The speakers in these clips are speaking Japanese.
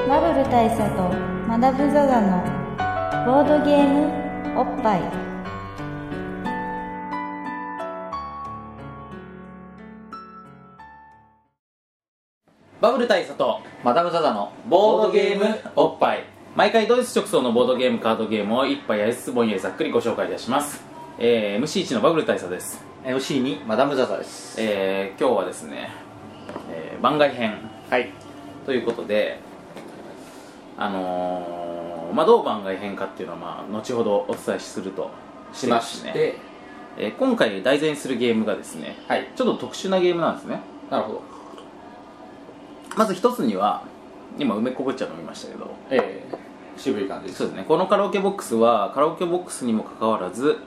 大佐とマダム・ザ・ザのボードゲームおっぱいバブル大佐とマダム・ザ・ザのボードゲームおっぱい毎回ドイツ直送のボードゲームカードゲームを一杯やりつつぼんやりざっくりご紹介いたします、えー、MC1 のバブル大佐です、 MC にマダム・ザ・ザですえー、今日はですね、えー番外編はいということであのー、まあどう番外編かっていうのはまあ後ほどお伝えするとしまして、ねえー今回題材にするゲームがですねはいちょっと特殊なゲームなんですねなるほどまず一つには今梅こぼっちゃ飲みましたけどえー、渋い感じですそうですねこのカラオケボックスはカラオケボックスにもかかわらず、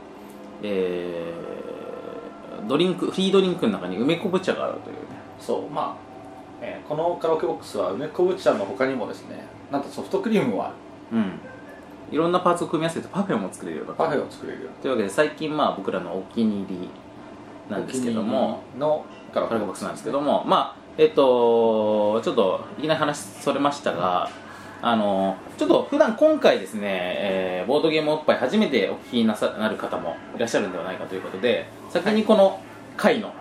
えードリンクフリードリンクの中に梅昆布茶があるというねそうまあ、えーこのカラオケボックスは梅昆布茶の他にもですねなんとソフトクリームはうんいろんなパーツを組み合わせてパフェも作れるようになパフとェを作れるいうわけで最近まあ僕らのお気に入りなんですけどもお気に入りのカラオカケラオケボボッッククススななんんでですすけけどどもまあえっとちょっといきなり話それましたがあのちょっと普段今回ですね、えーボードゲームおっぱい初めてお聞きになさなる方もいらっしゃるんではないかということで先にこの回の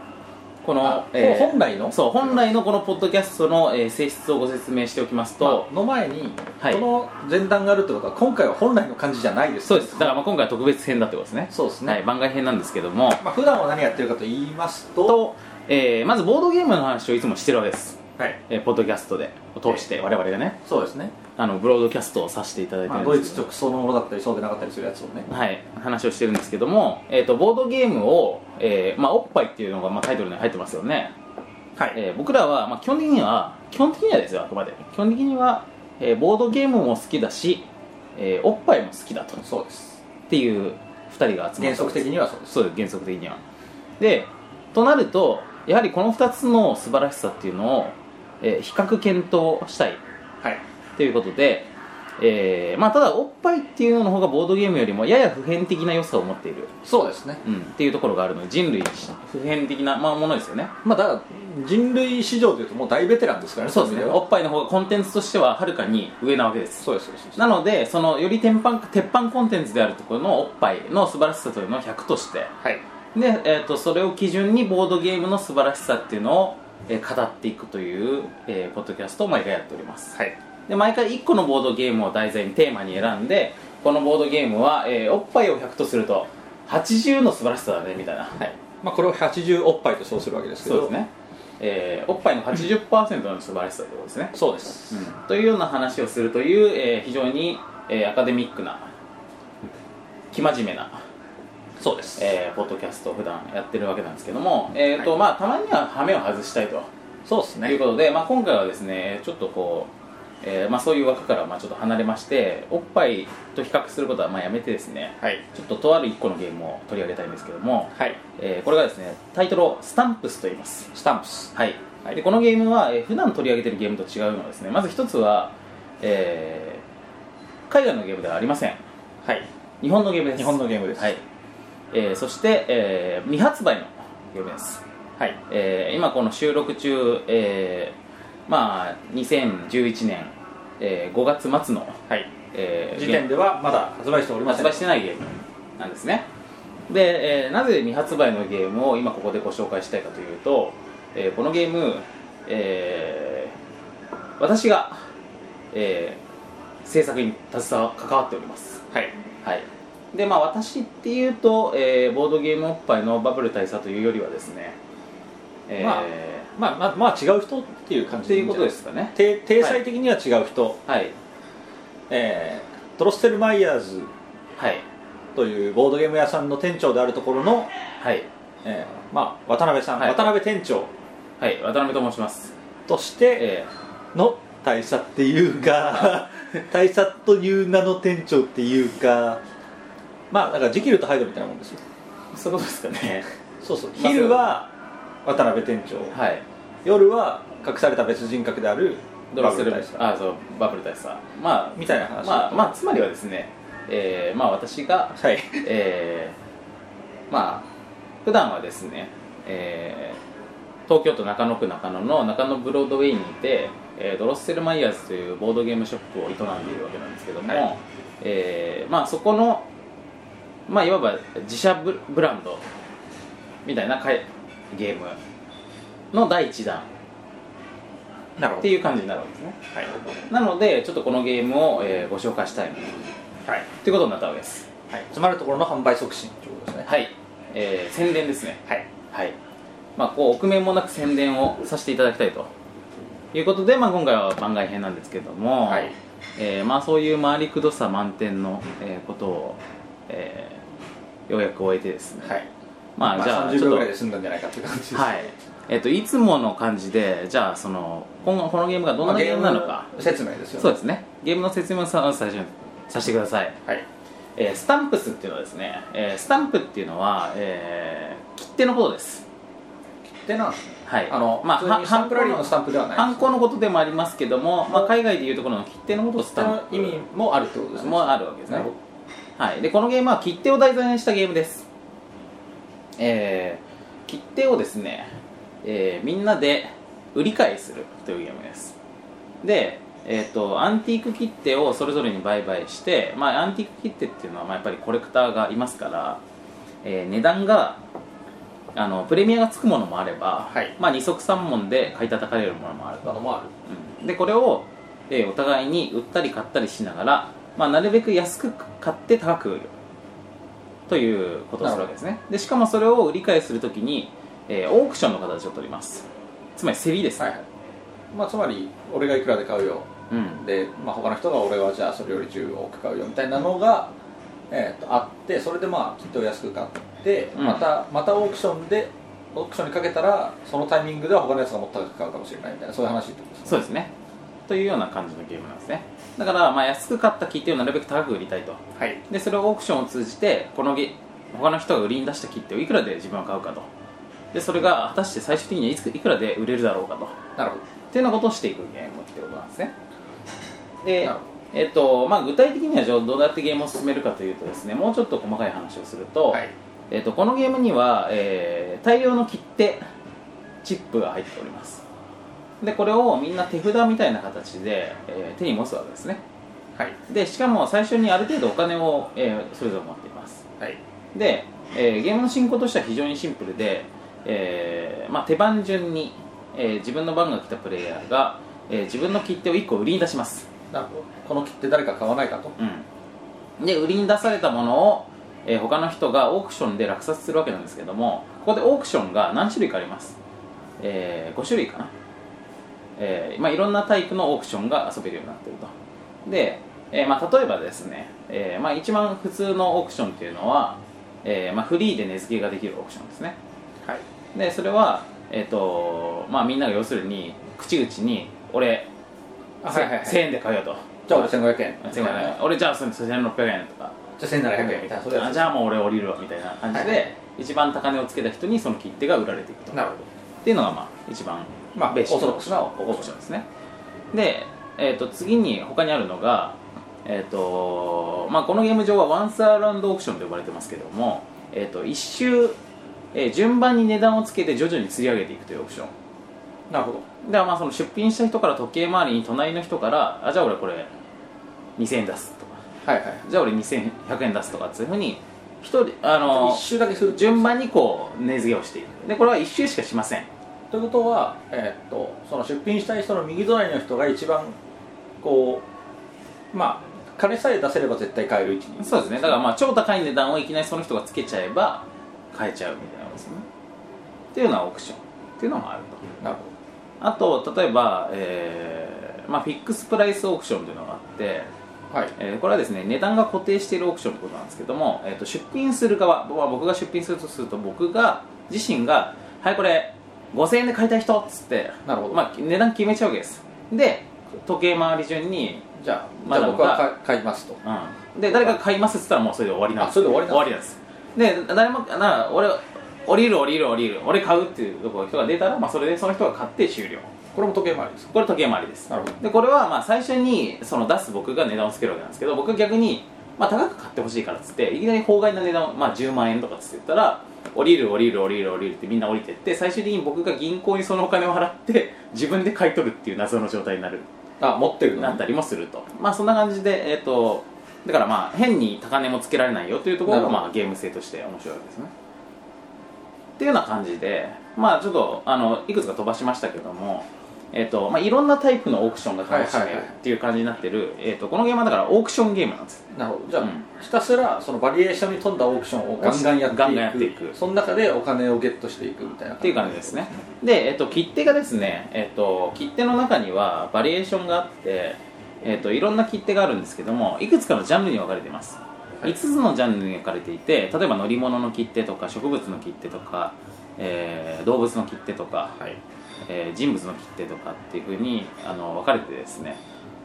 このあ、ほ本来のそう本来のこのポッドキャストの、えー性質をご説明しておきますとと、の前に、はいこの前段があるってことは今回は本来の感じじゃないですそうですだからまあ今回は特別編だってことですねそうですね、はい、番外編なんですけどもまあ、普段は何やってるかと言いますとと、えーまずボードゲームの話をいつもしてるわけです、はいえーポッドキャストでを通して我々がねそうですね、あのブロードキャストをさせていただいてまるあ、んドイでツすけど直送のものだったりそうでなかったりするやつをねはい話をしてるんですけども、えー、とボードゲームを、えーまあ、おっぱいっていうのが、まあ、タイトルに入ってますよね、はえー僕らは、まあ、基本的には基本的にはですよあくまで基本的には、えーボードゲームも好きだし、えーおっぱいも好きだとっそうですていう2人が集ま原った則的にはそうですそうです原則的にはでとなるとやはりこの2つの素晴らしさっていうのを、えー比較検討したいはいということで、えーまあ、ただおっぱいっていうのの方がボードゲームよりもやや普遍的な良さを持っている、そうですねうん、っていうところがあるので人類普遍的な、まあ、ものですよねまあだから人類史上でいうともう大ベテランですからねそうですねい意味おっぱいの方がコンテンツとしてははるかに上なわけですそうですそうですなのでそのより鉄板鉄板コンテンツであるところのおっぱいの素晴らしさというのを100としてはいで、えー、とそれを基準にボードゲームの素晴らしさっていうのを、えー語っていくという、えーポッドキャストを毎回やっておりますはいで毎回1個のボードゲームを題材にテーマに選んでこのボードゲームは、えーおっぱいを100とすると80の素晴らしさだねみたいな、まあこれを80おっぱいと称するわけですけそうどですね、えーおっぱいの80%の素晴らしさということですね、そうです、うん、というような話をするという、えー非常に、えーアカデミックな生真面目なそうですえーポッドキャストを普段やってるわけなんですけども、えーとはいまあ、たまには羽目を外したいとそうですいうことで、まあ、今回はですねちょっとこう、えーまあ、そういう枠からまあちょっと離れましておっぱいと比較することはまあやめてですねはいちょっととある1個のゲームを取り上げたいんですけども、はいえーこれがですねタイトルをスタンプスと言いますスタンプスはい、はいでこのゲームは、えー普段取り上げてるゲームと違うのはですねまず一つは、えー海外のゲームではありませんはい日本のゲームです日本のゲームですはいえーそして、えー未発売のゲームです、はいえー今この収録中、えーまあ、2011年、えー5月末の、はいえー時点ではまだ発売しておりませ発ん売してないゲームなんですねで、えーなぜ未発売のゲームを今ここでご紹介したいかというと、えーこのゲーム、えー私が、えー制作に携わ関わっておりますはいはい、でまあ私っていうと、えーボードゲームおっぱいのバブル大佐というよりはですね、えーまあまあまあまあ違う人っていう感っじてでいうことですすかね体裁的には違う人、はいえートロステルマイヤーズはいというボードゲーム屋さんの店長であるところの、はいえーまあ、渡辺さん、はい渡辺店長はい渡辺と申しますとしてえの大佐っていう か大佐という名の店長っていうかまあだからジキルとハイドみたいなもんですよー、そういうことですかねそうそうまあ昼は渡辺店長 はい夜は隠された別人格であるドラスルバブル大佐あそうバブル大佐まあみたいな話まあまあつまりはですねえー、まあ私がはいえー、まあ普段はですね、えー東京都中野区中野の中野ブロードウェイにいて、えードロッセルマイヤーズというボードゲームショップを営んでいるわけなんですけども、はいえーまあ、そこの、まあ、いわば自社ブブランドみたいなかいゲームの第1弾なるほっどていう感じになるわけですねはいなのでちょっとこのゲームを、えーご紹介したいなはい、ということになったわけですはい、つまるところの販売促進ということですねはい、えー宣伝ですねはいはいまあこう臆面もなく宣伝をさせていただきたいということで、まあ、今回は番外編なんですけども、はいえーまあ、そういう回りくどさ満点の、えーことを、えーようやく終えてですね、はいまあじゃあちょ30秒っぐとらいで済んだんじゃないかっていう感じですはいえっといつもの感じでじゃあその今後このゲームがどんまあなゲームなのか、ゲーム説明ですよねそうですねゲームの説明をさ最初にさせてくださいはいえースタンプスっていうのはですね、えースタンプっていうのは、えー切手のことですでなんですねはいあの、まあまはあ、普通にスタンプラリーのスタンプではないハンコのことでもありますけども、まあ、海外でいうところの切手のことをスそタンのプ意味もあるってことですねもあるわけですねなるほどはい、でこのゲームは切手を題材にしたゲームですえー切手をですね、えーみんなで売り買いするというゲームですでえー、とアンティーク切手をそれぞれに売買して、まあ、アンティーク切手っていうのはまあやっぱりコレクターがいますから、えー値段があのプレミアがつくものもあれば、はいまあ、二足三問で買い叩かれるものもあるとあのもあるうんでこれを、えーお互いに売ったり買ったりしながら、まあ、なるべく安く買って高く売るということをするわけですねでしかもそれを売り買いするときに、えーオークションの形を取りますつまり競りですね、はいはいまあつまり俺がいくらで買うようんで、まあ、他の人が俺はじゃあそれより10億買うよみたいなのが、えーとあってそれでまあきっと安く買って、うんまたまたオークションでオークションにかけたらそのタイミングでは他のやつがもっと高く買うかもしれないみたいなそういう話ってことですねそうですねというような感じのゲームなんですねだから、まあ、安く買った切手をなるべく高く売りたいとはいでそれをオークションを通じてこのゲ他の人が売りに出した切手をいくらで自分は買うかとでそれが果たして最終的にはいついくらで売れるだろうかとなるほっていうようなことをしていくゲームってことなんです ねでなるほどえっとまあ、具体的にはじゃあどうやってゲームを進めるかというとですねもうちょっと細かい話をすると,、どはいえっとこのゲームには、えー大量の切手チップが入っておりますでこれをみんな手札みたいな形で、えー手に持つわけですねはいでしかも最初にある程度お金を、えーそれぞれ持っていますはいで、えーゲームの進行としては非常にシンプルで、えーまあ、手番順に、えー自分の番が来たプレイヤーが、えー自分の切手を1個売りに出します、なるほどこの切手誰か買わないかとうん、で売りに出されたものを、えー他の人がオークションで落札するわけなんですけどもここでオークションが何種類かあります、え5種類かな、えーまあ、いろんなタイプのオークションが遊べるようになっているとで、えーまあ、例えばですね、えーまあ、一番普通のオークションっていうのは、えーまあ、フリーで値付けができるオークションですねはいでそれは、えっとまあ、みんなが要するに口々に俺、あはいはいはい1000円で買うよとじゃあ俺1500円すいません俺じゃあそれ1600円とかじゃあ1700円みたいなそういうあやつじゃあもう俺降りるわみたいな感じで、はいはい一番高値をつけた人にその切手が売られていくとなるほどっていうのがまあ一番まあベーシックオーソドックスなオークションオークションですねで、えー、と次に他にあるのが、えーとまあ、このゲーム上はワンスアラウンドオークションと呼ばれてますけども、えー、と一周、えー順番に値段をつけて徐々に釣り上げていくというオークションなるほどでまあその出品した人から時計回りに隣の人からあじゃあ俺これ2000円出すとかはいはいじゃあ俺2100円出すとかっていうふうに一人あの一周だけする順番にこう値付けをしていくでこれは一周しかしませんということは、えーっとその出品したい人の右隣の人が一番こうまあ金さえ出せれば絶対買える位置にそうですねだからまあ超高い値段をいきなりその人がつけちゃえば買えちゃうみたいなことですねっていうのはオークションっていうのもあるとなるほあと例えば、えーまあ、フィックスプライスオークションというのがあって、どはいえーこれはですね値段が固定しているオークションということなんですけども、えー、と出品する側、まあ、僕が出品するとすると僕が自身がはいこれ5000円で買いたい人っつってなるほどまあ、値段決めちゃうわけですで時計回り順にじゃあ,、まだじゃあ僕はまだ買買いますとうん、で誰かが買いますっつったらもうそれで終わりなんですあそれで終わりなんなんですで誰もな俺降りる降りる降りる俺買うっていうところ人が出たら、まあ、それでその人が買って終了これも時計回りですかこれ時計回りですなるほどでこれはまあ最初にその出す僕が値段をつけるわけなんですけど僕は逆にまあ、高く買ってほしいからっつっていきなり法外な値段、まあ、10万円とかっつって言ったら降りる降りる降りる降りるってみんな降りてって最終的に僕が銀行にそのお金を払って自分で買い取るっていう謎の状態になるあ持ってるなのったりもすると、まあそんな感じでえっ、とだからまあ変に高値もつけられないよというところながるほどまあゲーム性として面白いわけですねっていうような感じでまあちょっとあのいくつか飛ばしましたけどもえっ、とまあいろんなタイプのオークションが楽しめはいるはいはいっていう感じになってる、えっ、とこのゲームはだからオークションゲームなんですなるほどじゃあ、うんひたすらそのバリエーションに富んだオークションをガンガンやっていくガンガンやっていくその中でお金をゲットしていくみたいなっていう感じですねで、えっと、切手がですね、えっと、切手の中にはバリエーションがあって、えっと、いろんな切手があるんですけどもいくつかのジャンルに分かれています、はい5つのジャンルに分かれていて例えば乗り物の切手とか植物の切手とか、えー動物の切手とか、はいえー人物の切手とかっていうふうにあの分かれてですね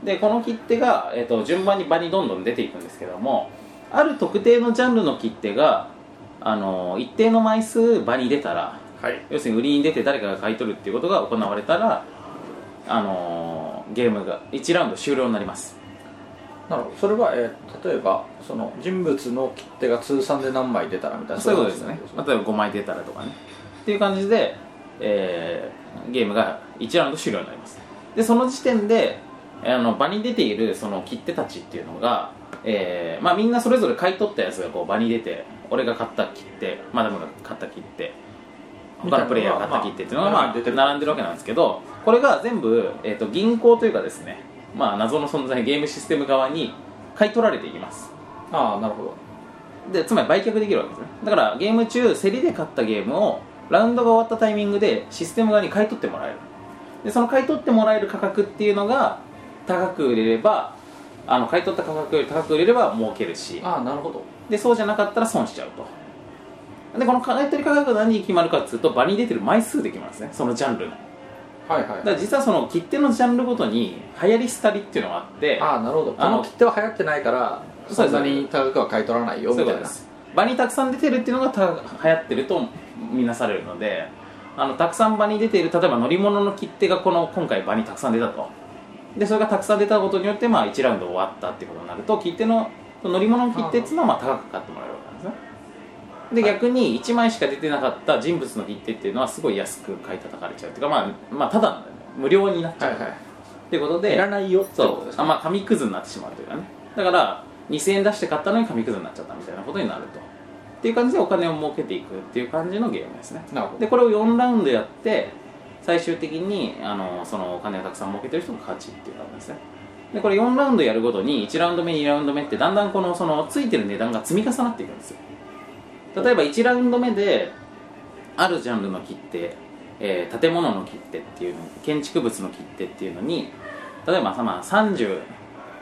でこの切手が、えー、と順番に場にどんどん出ていくんですけどもある特定のジャンルの切手があの一定の枚数場に出たらはい要するに売りに出て誰かが買い取るっていうことが行われたら、あのーゲームが1ラウンド終了になりますなるほどそれは、えー例えばその人物の切手が通算で何枚出たらみたいなそういうことですねそういうこ例えば5枚出たらとかねっていう感じで、えーゲームが1ラウンド終了になりますでその時点であの場に出ているその切手たちっていうのが、えーまあ、みんなそれぞれ買い取ったやつがこう場に出て俺が買った切手マダムが買った切手他のプレイヤーが買った切手っていうのが、まあ、出てる並んでるわけなんですけどこれが全部、えー、と銀行というかですね、まあ、謎の存在ゲームシステム側に買い取られていきますとああなるほどでつまり売却できるわけですねだからゲーム中競りで買ったゲームをラウンドが終わったタイミングでシステム側に買い取ってもらえるでその買い取ってもらえる価格っていうのが高く売れればあの買い取った価格より高く売れれば儲けるしああなるほどでそうじゃなかったら損しちゃうとでこの買い取り価格が何に決まるかっていうと場に出てる枚数で決まるんですねそのジャンルのはいはいだから実はその切手のジャンルごとに流行り廃りっていうのがあってああなるほどこあのの切手は流行ってないからそうそですんなに高くは買い取らないよみそうたいうことでいなす場にたくさん出てるっていうのがた流行ってるとみなされるのであのたくさん場に出ている例えば乗り物の切手がこの今回場にたくさん出たとでそれがたくさん出たことによって、まあ、1ラウンド終わったっていうことになると切手の乗り物の切手っていうのはまあ高く買ってもらえるわけなんですねで逆に1枚しか出てなかった人物の切手っていうのはすごい安く買い叩かれちゃうっていうか、まあ、まあただの無料になっちゃはういっはいていうことで、いらないよってことそでうすあねまあ紙くずになってしまうというかねだから2000円出して買ったのに紙くずになっちゃったみたいなことになるとっていう感じでお金を儲けていくっていう感じのゲームですねなるほどでこれを4ラウンドやって最終的にあのそのお金をたくさん儲けてる人が勝ちっていう感じですねでこれ4ラウンドやるごとに1ラウンド目2ラウンド目ってだんだんこのそのついてる値段が積み重なっていくんですよ例えば1ラウンド目であるジャンルの切手、えー建物の切手っていうの建築物の切手っていうのに例えばさ、まあ、30、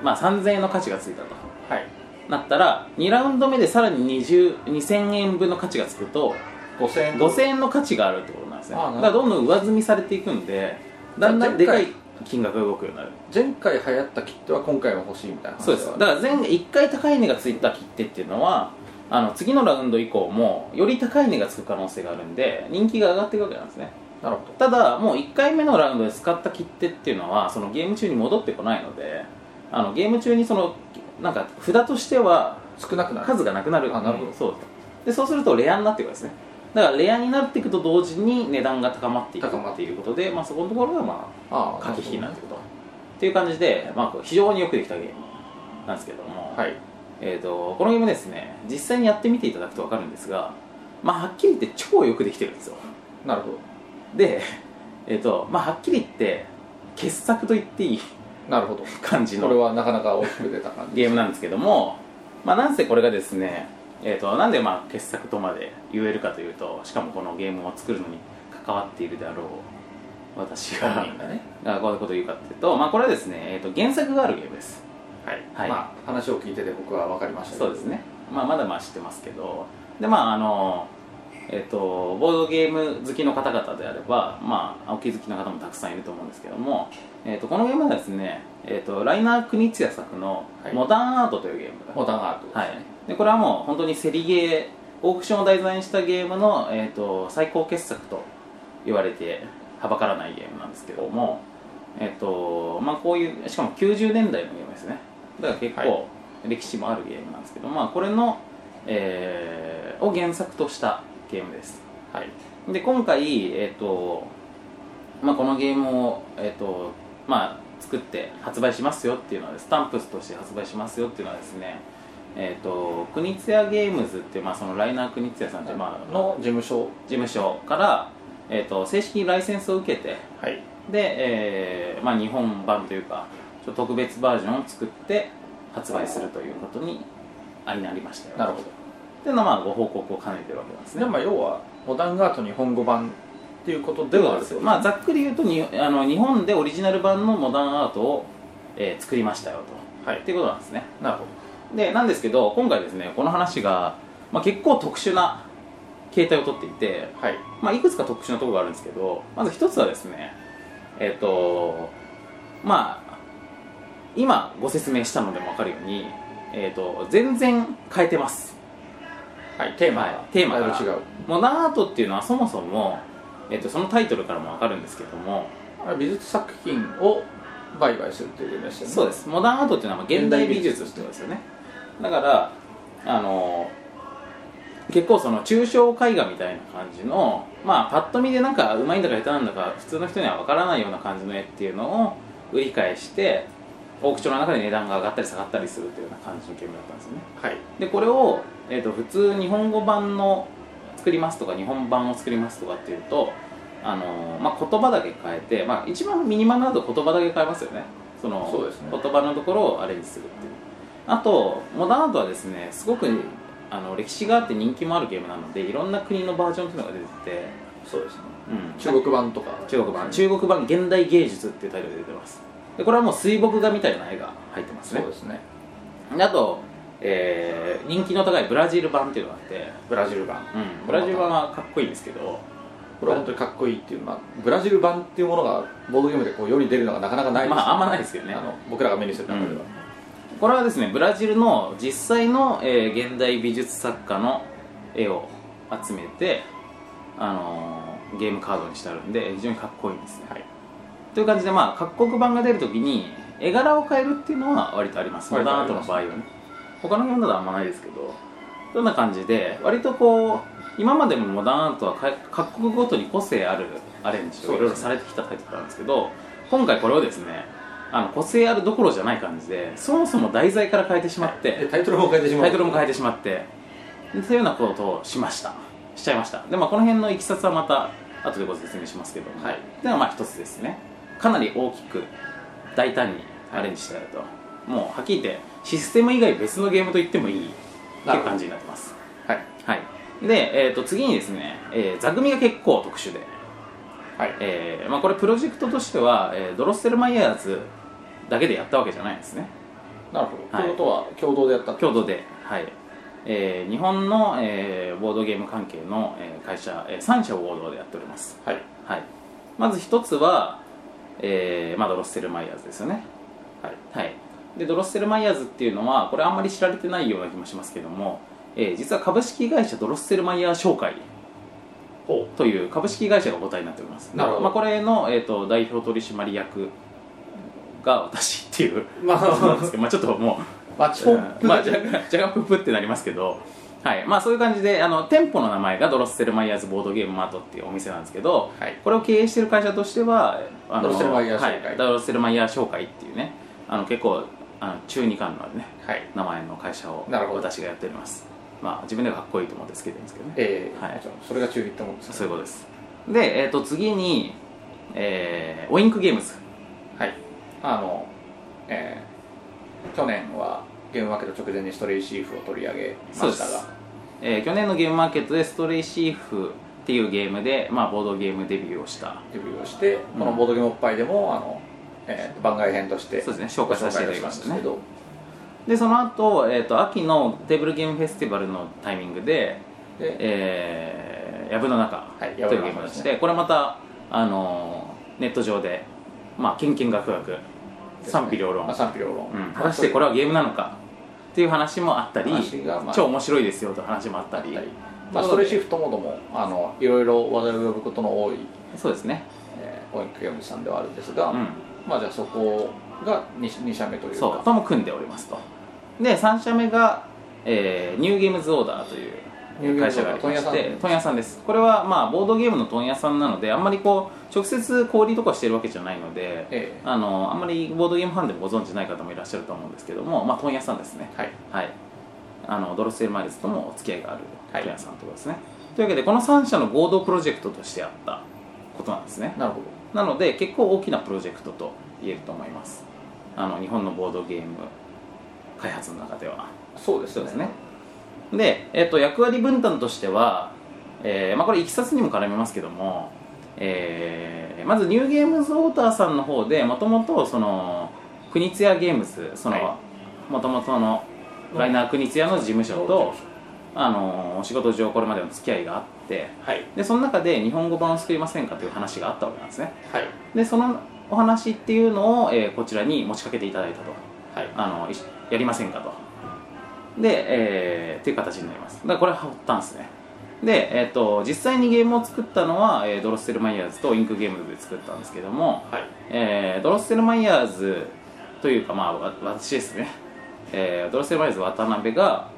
まあ、3000円の価値がついたとはいなったら2ラウンド目でさらに20 2000円分の価値がつくと5000円5000円の価値があるってことなんですねだあかなるほどらどんどん上積みされていくんでだんだんでじゃあか前い金額が動くようになる前回流行った切手は今回は欲しいみたいな話そうですだから前1回高い値がついた切手っていうのはあの次のラウンド以降もより高い値がつく可能性があるんで人気が上がっていくわけなんですねなるほどただもう1回目のラウンドで使った切手っていうのはそのゲーム中に戻ってこないのであのゲーム中にそのなんか札としては少なくなる数がなくなるあなるほどそうでそうするとレアになっていくんですねだからレアになっていくと同時に値段が高まっていく高まっってていうことで、まあ、そこのところがまあああ駆け引きになっているくとっていう感じで、まあ、こう非常によくできたゲームなんですけども、ほどねはいえー、とこのゲームですね実際にやってみていただくと分かるんですが、まあ、はっきり言って超よくできてるんですよなるほどで、えーとまあ、はっきり言って傑作と言っていいなるほど感じこれのはなかなか大きく出た感じゲームなんですけども、まあ、なんせこれがですね、えー、となんでまあ傑作とまで言えるかというとしかもこのゲームを作るのに関わっているであろう私が本人がねがこういうことを言うかというと、まあ、これはですね、えー、と原作があるゲームですはい、はいまあ話を聞いてて僕は分かりましたけどそうですね、まあ、まだまあ知ってますけどでまああのえっとボードゲーム好きの方々であればまあお気づきの方もたくさんいると思うんですけども、えっとこのゲームはですね、えっとライナー・クニツヤ作のは「いモダンアート」というゲームが、モダンアートですねはい、でこれはもう本当にセリゲーオークションを題材にしたゲームの、えー、と最高傑作と言われてはばからないゲームなんですけども、えーとまあ、こういうしかも90年代のゲームですねだから結構、はい歴史もあるゲームなんですけど、まあ、これの、えーを原作としたゲームです、はい、で今回、えーとまあ、このゲームを、えーとまあ、作って発売しますよっていうのはスタンプスとして発売しますよっていうのはですねえー、と国津屋ゲームズっていう、まあ、そのライナー国津屋さんって、まあ、の事務所事務所から、えー、と正式にライセンスを受けてはいで、えーまあ、日本版というかちょっと特別バージョンを作って発売するということにあになりましたよなるほどっていうのはまあご報告を兼ねてるわけなんですねでまあ要はモダンアート日本語版っていうことでではあはるですよ、まあ、ざっくり言うとにあの日本でオリジナル版のモダンアートを、えー作りましたよと、はっいていうことなんですねなるほでなんですけど今回ですねこの話が、まあ、結構特殊な形態をとっていてどはいまあ、いくつか特殊なところがあるんですけどまず一つはですねえっ、とまあ今ご説明したのでも分かるように、えっと全然変えてますはいテーマはいテーマががだいぶ違うモダンアートっていうのはそもそも、えっとそのタイトルからも分かるんですけどもあれ美術作品を売買するっていう意味でしたよねそうですモダンアートっていうのはまあ現代美術ってことですよねだからあの結構その抽象絵画みたいな感じのまあパッと見でなんかうまいんだか下手なんだか普通の人にはわからないような感じの絵っていうのを売り買いしてオークションの中で値段が上がったり下がったりするというような感じのゲームだったんですよねはいでこれを、えー、と普通日本語版の作りますとか日本版を作りますとかっていうと、あのーまあ、言葉だけ変えて、まあ、一番ミニマムなと言葉だけ変えますよねそのそうですね言葉のところをアレンジするっていうあとモダンアートはですねすごくあの歴史があって人気もあるゲームなのでいろんな国のバージョンっていうのが出てて、そうですねうん、中国版とか中国版中国版現代芸術っていうタイトルで出てますでこれはもう水墨画みたいな絵が入ってますそねうですねであと、えー人気の高いブラジル版っていうのがあって、ブラジル版うん、ブラジル版はかっこいいんですけどこれは本当にかっこいいっていう、まあ、ブラジル版っていうものがボードゲームでこう世に出るのがなかなかないですまああんまないですけどねあの僕らが目にする中では、これはですねブラジルの実際の、えー現代美術作家の絵を集めて、あのーゲームカードにしてあるんで非常にかっこいいんですね、はいという感じで、まあ、各国版が出るときに絵柄を変えるっていうのは割とありますモ割とダンアあーりトのます場合はね他のゲームだとあんまないですけどそんな感じで割とこう今までもモダンアートはか各国ごとに個性あるアレンジをいろいろされてきたタイトルなんですけど今回これをですねあの個性あるどころじゃない感じでそもそも題材から変えてしまっでてタイトルも変えてしまうタイトルも変ええてしまってというようなことをしましたしちゃいましたでまあこの辺のいきさつはまた後でご説明しますけども、はいではまあ一つですねかなり大きく大胆にアレンジしてあると、もうはっきり言ってシステム以外別のゲームと言ってもいいっていう感じになってますはいはいで、えー、と次にですね、えー座組が結構特殊で、はいえーまあ、これプロジェクトとしては、えードロッセルマイヤーズだけでやったわけじゃないんですねなるほど、はいということは共同でやった共同で、はいえー日本の、えーボードゲーム関係の、えー会社、え3社を合同でやっておりますはいはい、まず一つは、えーまあ、ドロッセルマイヤーズですよね、はいはい、でドロッセルマイヤーズっていうのはこれあんまり知られてないような気もしますけども、えー実は株式会社ドロッセルマイヤー商会という株式会社が母体になっておりますなるほどまあ、これの、えー、と代表取締役が私っていうまあそうなんですけど、まあ、ちょっともうマッチポップまあ、 じゃがじゃがぷぷってなりますけど、はいまあ、そういう感じであの店舗の名前がドロッセルマイヤーズボードゲームマートっていうお店なんですけど、はいこれを経営してる会社としてはあのドロッセルマイヤー商会はい、ドロッセルマイヤー商会っていうねあの結構あの中二感のあるねはい名前の会社をなるほど私がやっております、まあ、自分ではかっこいいと思ってつけてるんですけどねええはいもちろんそれが中立ってもんですねそういうことですで、えー、と次に、えー、オインクゲームズはいあのえー去年はゲームマーケット直前にストレイシーフを取り上げまそうでしたすが、えー去年のゲームマーケットでストレイシーフっていうゲームで、まあ、ボードゲームデビューをしたデビューをして、このボードゲームおっぱいでもあの、えー番外編としてそうですね紹介させていただきましたねご紹介をんですでその後、えー、と秋のテーブルゲームフェスティバルのタイミングでけどでえー、藪の中はいというゲームをして、これまた、あのーネット上で、まあ、けんけんがくがく賛否両論、まあ、賛否両論、うん、果たしてこれはゲームなのかっていう話もあったり、話がまあ超面白いですよという話もあったりまあ、ストレイシーフともどもあのいろいろ話題を呼ぶことの多い、そうですね、えー、オインクゲームズさんではあるんですが、うん、まあじゃあそこが 2, 二社目というかそうとも組んでおりますとで3社目が、えーニューゲームズオーダーというニューゲーム会社ズオーがあダーりまし問屋てさん問屋さんですこれはまあボードゲームの問屋さんなのであんまりこう直接小売りとかしてるわけじゃないので、ええあのあんまりボードゲームファンでもご存知ない方もいらっしゃると思うんですけども、まあ、問屋さんですねはいはい、あのドロスエルマイルズともお付き合いがあるはい問屋さんということですね、というわけでこの3社の合同プロジェクトとしてあったことなんですねなるほどなので結構大きなプロジェクトと言えると思いますあの日本のボードゲーム開発の中ではそうですそうよですねで、えっと役割分担としては、えーまあ、これいきさつにも絡みますけども、えーまずニューゲームズオーターさんの方でもともとその国津屋ゲームズそはのもともとのライナー国津屋の事務所と、あのお仕事上これまでの付き合いがあってはいでその中で日本語版を作りませんかという話があったわけなんですねはいでそのお話っていうのを、えーこちらに持ちかけていただいたとはいあのいしやりませんかとで、えーっていう形になりますだからこれは発端ですねで、えー、と実際にゲームを作ったのは、えードロッセルマイヤーズとインクゲームズで作ったんですけども、はいえードロッセルマイヤーズというか、まあ、わ私ですね、えードロッセルマイヤーズ渡辺が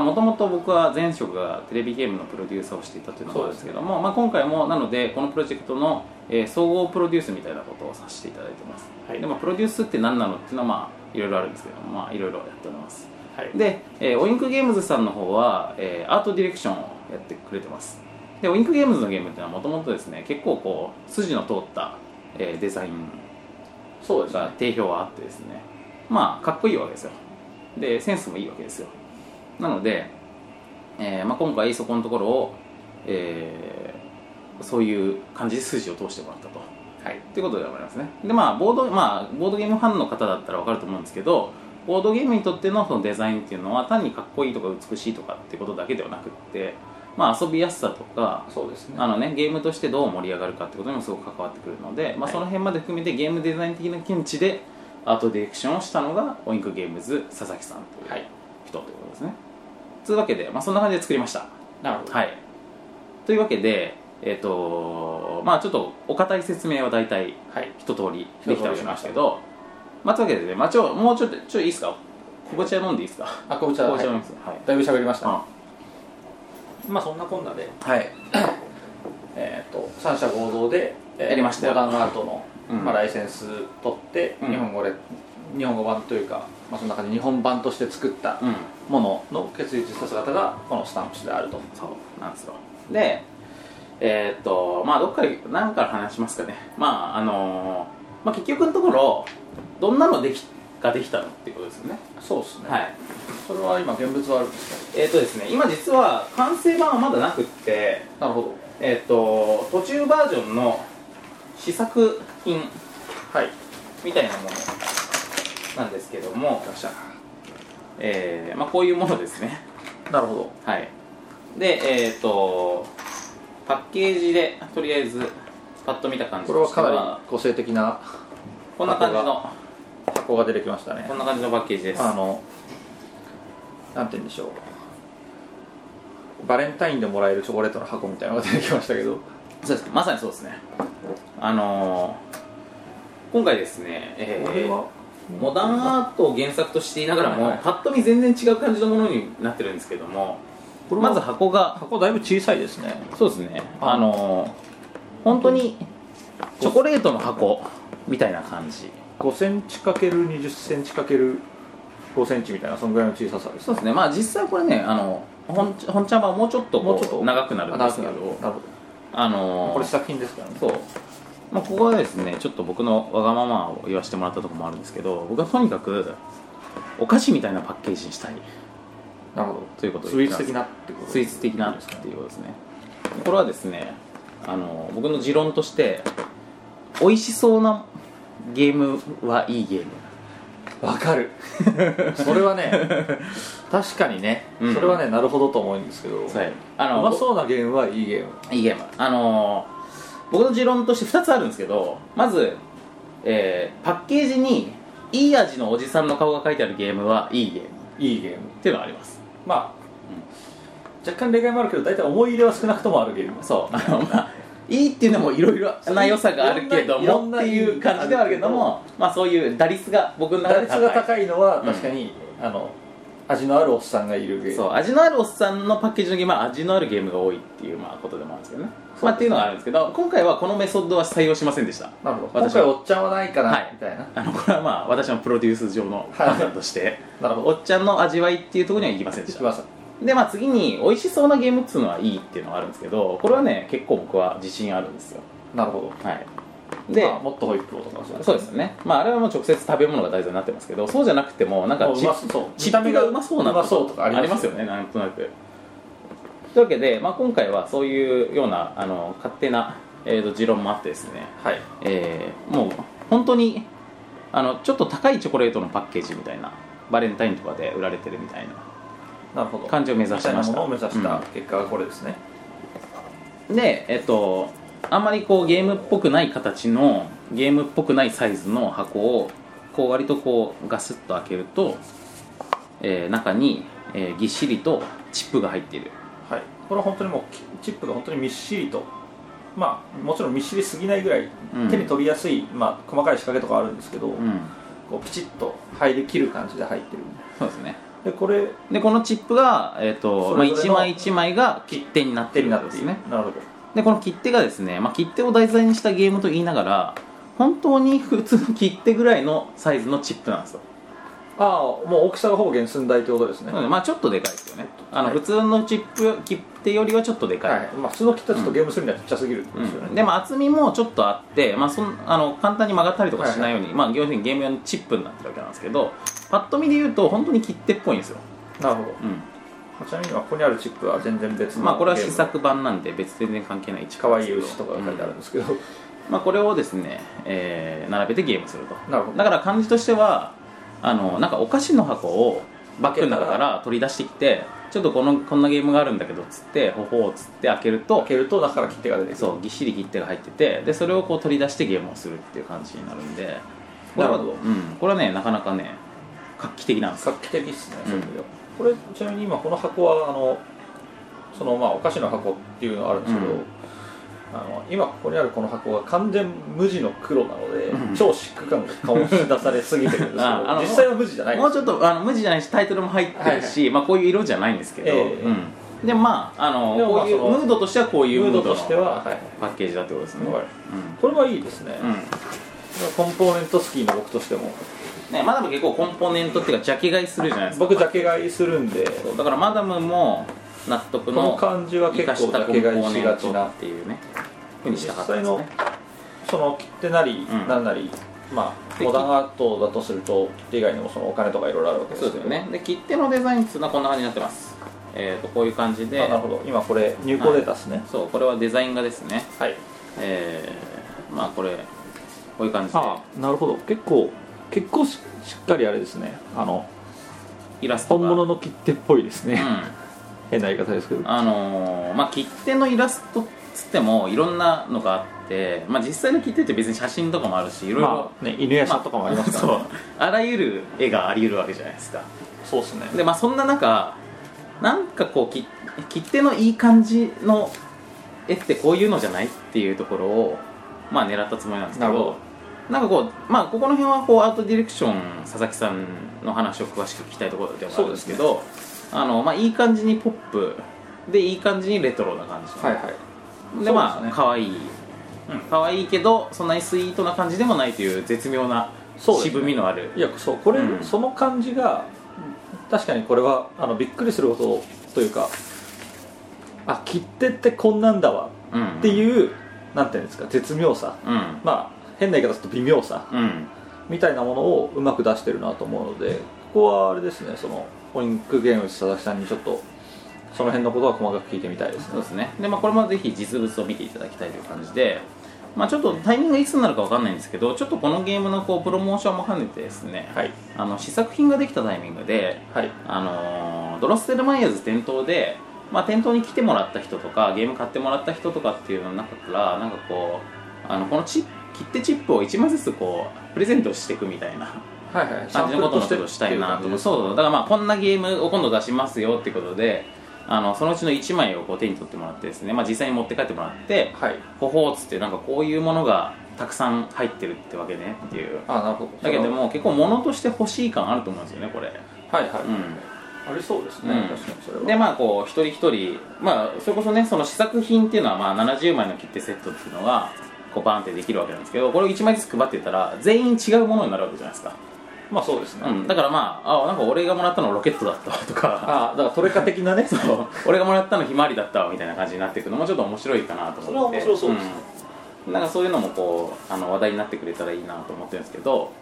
もともと僕は前職がテレビゲームのプロデューサーをしていたというのもあるんですけども、まあ、今回もなのでこのプロジェクトの、えー総合プロデュースみたいなことをさせていただいてます、はいでまあプロデュースって何なのっていうのはまあいろいろあるんですけどもまあいろいろやっておりますはいで、えーオインクゲームズさんの方は、えーアートディレクションをやってくれてますでオインクゲームズのゲームっていうのはもともとですね結構こう筋の通った、えーデザインそうですねが定評はあってですねまあかっこいいわけですよでセンスもいいわけですよなので、えーまあ、今回そこのところを、えーそういう感じで筋を通してもらったとはいということでございますねでまあボード、まあ、ボードゲームファンの方だったら分かると思うんですけどボードゲームにとってのそのデザインっていうのは単にかっこいいとか美しいとかってことだけではなくって、まあ、遊びやすさとかそうですねあのね、ゲームとしてどう盛り上がるかってことにもすごく関わってくるので、まあ、はいその辺まで含めてゲームデザイン的な見地でアートディレクションをしたのがオインクゲームズ佐々木さんとはいうい人ということですね、というわけで、まあ、そんな感じで作りましたなるほどはいというわけでえっ、とまあちょっとお堅い説明は大体はい一通りできたりしましたけどまあというわけでね、まあ、ちょもうちょっとちょいいですか紅茶飲んでいいですかあこちら紅茶は飲みいますはい、だいぶ喋りましたまあそんなこんなでうんはいえー、と三社合同で、えーやりましたよモダンアートの、うんまあ、ライセンス取って、うん日本語で日本語版というか、まあ、その中で日本版として作ったうんものの決意実した姿がこのスタンプ紙であるとそうなんですよでえーっとまあどっから何から話しますかねまああのーまあ、結局のところどんなのできができたのっていうことですよねそうですね、はいそれは今現物はあるんですねえーっとですね今実は完成版はまだなくってなるほどえーっと途中バージョンの試作品はいみたいなものなんですけどもえーまあ、こういうものですね なるほどはいでえっ、とパッケージでとりあえずパッと見た感じこれはとしてかなり個性的なこんな感じの箱が出てきましたねこんな感じのパッケージですあのなんて言うんでしょうバレンタインでもらえるチョコレートの箱みたいなのが出てきましたけどそうですまさにそうですねあのー今回ですね、えーこれはモダンアートを原作としていながらも、はいはいパッと見全然違う感じのものになってるんですけどもこれはまず箱が箱だいぶ小さいですねそうですねああのー本当にチョコレートの箱みたいな感じ5センチ ×20 センチ ×5 センチみたいなそんぐらいの小ささですそうですねまあ実際これねあの本本ちゃんはもうちょっとこうもうちょっと長くなるんですけどなるほどあのーこれ作品ですからねそう、まあ、ここはですねちょっと僕のわがままを言わせてもらったところもあるんですけど僕はとにかくお菓子みたいなパッケージにしたいなるほということどでスイーツ的なってことスイーツ的なっていうことですねこれはですねあの僕の持論として美味しそうなゲームはいいゲームわか るそれは ね確かにね、うんそれはねなるほどと思うんですけど、はいうあのまそうなゲームはいいゲームいいゲームあのー僕の持論として2つあるんですけどまず、えーパッケージにいい味のおじさんの顔が書いてあるゲームはいいゲームっいいゲームていうのがありますまあ、若干例外もあるけど大体思い入れは少なくともあるゲームそうあのまあいいっていうのもいろいろな良さがあるけどいろんもっなていう感じではあるけどもまあそういう打率が僕の中打で率高いが高いのはうん確かに、あの味のあるおっさんがいるゲームそう味のあるおっさんのパッケージのゲームは味のあるゲームが多いっていう、まあ、ことでもあるんですけどねまあ、っていうのがあるんですけど今回はこのメソッドは採用しませんでしたなるほど今私回はおっちゃんはないかな、はいみたいなあのこれはまあ私のプロデュース上の判断として、なるほおどっちゃんの味わいっていうところにはいきませんで行しきまたすでまあ次に美味しそうなゲームっつうのはいいっていうのがあるんですけどこれはね結構僕は自信あるんですよなるほはいどで、まあもっとホイップをとかそうですよねまああれはもう直接食べ物が大事になってますけどそうじゃなくてもなんかもううチまッそうそうチップがうまそうなうまそうとかありますよねなんとなくというわけで、まあ、今回はそういうようなあの勝手な、えー、と持論もあってですね、はいえーもう本当にあのちょっと高いチョコレートのパッケージみたいなバレンタインとかで売られてるみたいななるほど感じを目指みしてたいなまもしたのを目指した結果がこれですね、うんでえっ、とあんまりこうゲームっぽくない形のゲームっぽくないサイズの箱をこう割とこうガスッと開けると、えー中に、えーぎっしりとチップが入っているはいこれは本当にもうきチップが本当にみっしりとまあもちろんみっしりすぎないぐらい、うん手に取りやすい、まあ、細かい仕掛けとかあるんですけど、うんこうピチッと入りきる感じで入ってるそうですねでこれでこのチップが、えーとそまあ、れぞれ1の枚1枚が切手になって手るにんなってでいするねなるほどでこの切手がですね、まあ、切手を題材にしたゲームと言いながら本当に普通の切手ぐらいのサイズのチップなんですよああもう大きさがほぼ原寸大ってことですね、なのでまあちょっとでかいですよねあのはい普通のチップ切手よりはちょっとでかい、はいまあ、普通の切ったらちょっとゲームするにはちっちゃすぎるってことですよね、うんでまあ厚みもちょっとあって、まあ、そんあの簡単に曲がったりとかしないように、まあ、要するにゲーム用のチップになってるわけなんですけどパッと見で言うと本当に切手っぽいんですよ、なるほどうんちなみにここにあるチップは全然別のまあ、これはゲー試ム作版なんで別に全然関係ないチップ可なん愛ですけどい牛とかが書いてあるんですけど、まあ、これをですね、えー並べてゲームするとなるほどだから感じとしてはあのなんかお菓子の箱をバッグの中から取り出してきてちょっとこのこんなゲームがあるんだけどっつってほほうっつって開けると開けると中から切手が出てくるそうぎっしり切手が入っててでそれをこう取り出してゲームをするっていう感じになるんでこれはなるほどうん、これはねなかなかね画期的なんです画期的ですね、そういう意味ではこれちなみに今この箱はあのそのまあお菓子の箱っていうのがあるんですけど、うんあの今ここにあるこの箱は完全無地の黒なので、うん超シック感が醸し出されすぎてるんですけど ああの実際は無地じゃないんもでうすちょっとあの無地じゃないしタイトルも入ってるし、まあ、こういう色じゃないんですけど、ええうん、でもまああのでもまあこういうそのムードとしてはこういうムムーードドとのしては、はいパッケージだってことですね、はいうんこれはいいですね、うコンポーネントスキーの僕としてもんね、マダム結構コンポーネントっていうかジャケ買いするじゃないですか僕ジャケ買いするんでそうだからマダムも納得このの感じは結構生ジかャコケンポ買いーしネがンちトなっていうねふうにしたかったんですねその切手なりうんなんなり、まあでモダンアートだとすると切手以外にもそのお金とかいろいろあるわけですそうけでどすよねで切手のデザインっていうのはこんな感じになってますえー、とこういう感じあでなるほど今これ入稿データですねそうこれはデザイン画ですねはい、えー、まあこれこういう感じでああなるほど結構結構ししっかりあれですねあのイラスト本が物の切手っぽいですね、う変な言い方ですけどんあのーまあ切手のイラストっつってもいろんなのがあって、まあ、実際の切手って別に写真とかもあるしいろいろ、まあね犬屋さんとかもありますから、ねそうあらゆる絵があり得るわけじゃないですかそうですねでまあそんな中なんかこうき切手のいい感じの絵ってこういうのじゃないっていうところをまあ狙ったつもりなんですけどなるほなんかこうまあここの辺はこうアートディレクション佐々木さんの話を詳しく聞きたいところではあるんですけどあのまあいい感じにポップでいい感じにレトロな感じ、はいはいでまそあうですね可愛いうん可愛いけどそんなにスイートな感じでもないという絶妙なそうですね渋みのあるいやそうこれ、うんその感じが確かにこれはあのびっくりすることというかあ切手ってこんなんだわうんっていう、なんていうんですか絶妙さうんまあ変な言い方すると微妙さうんみたいなものをうまく出してるなと思うのでここはあれですねそのポインクゲーム佐々木さんにちょっとその辺のことは細かく聞いてみたいですそうねですねでまあこれもぜひ実物を見ていただきたいという感じでまあちょっとタイミングがいつになるかわかんないんですけどちょっとこのゲームのこうプロモーションも兼ねてですね、はいあの試作品ができたタイミングではいあのードロッセルマイヤーズ店頭で、まあ、店頭に来てもらった人とかゲーム買ってもらった人とかっていうのの中からなんかこうあのこのチップ切手チップを1枚ずつこうプレゼントしていくみたい なはいはい感じのこともちょっとしたいなと思うそうそうだからまあこんなゲームを今度出しますよっていうことであのそのうちの1枚をこう手に取ってもらってですね、まあ、実際に持って帰ってもらってはいほほーっつってなんかこういうものがたくさん入ってるってわけねっていうあなるほどだけどもう結構物として欲しい感あると思うんですよねこれはいはい、うんありそうですね、うん確かにそれはでまあこう一人一人まあそれこそねその試作品っていうのはまあ70枚の切手セットっていうのがこうバーンってできるわけなんですけどこれを1枚ずつ配ってたら全員違うものになるわけじゃないですか、まあそうですね、うん、だからまああなんか俺がもらったのロケットだったわとかああだからトレカ的な ねそう俺がもらったのひまわりだったわみたいな感じになっていくのもちょっと面白いかなと思ってそれは面白そうですねうんなんかそういうのもこうあの話題になってくれたらいいなと思ってるんですけど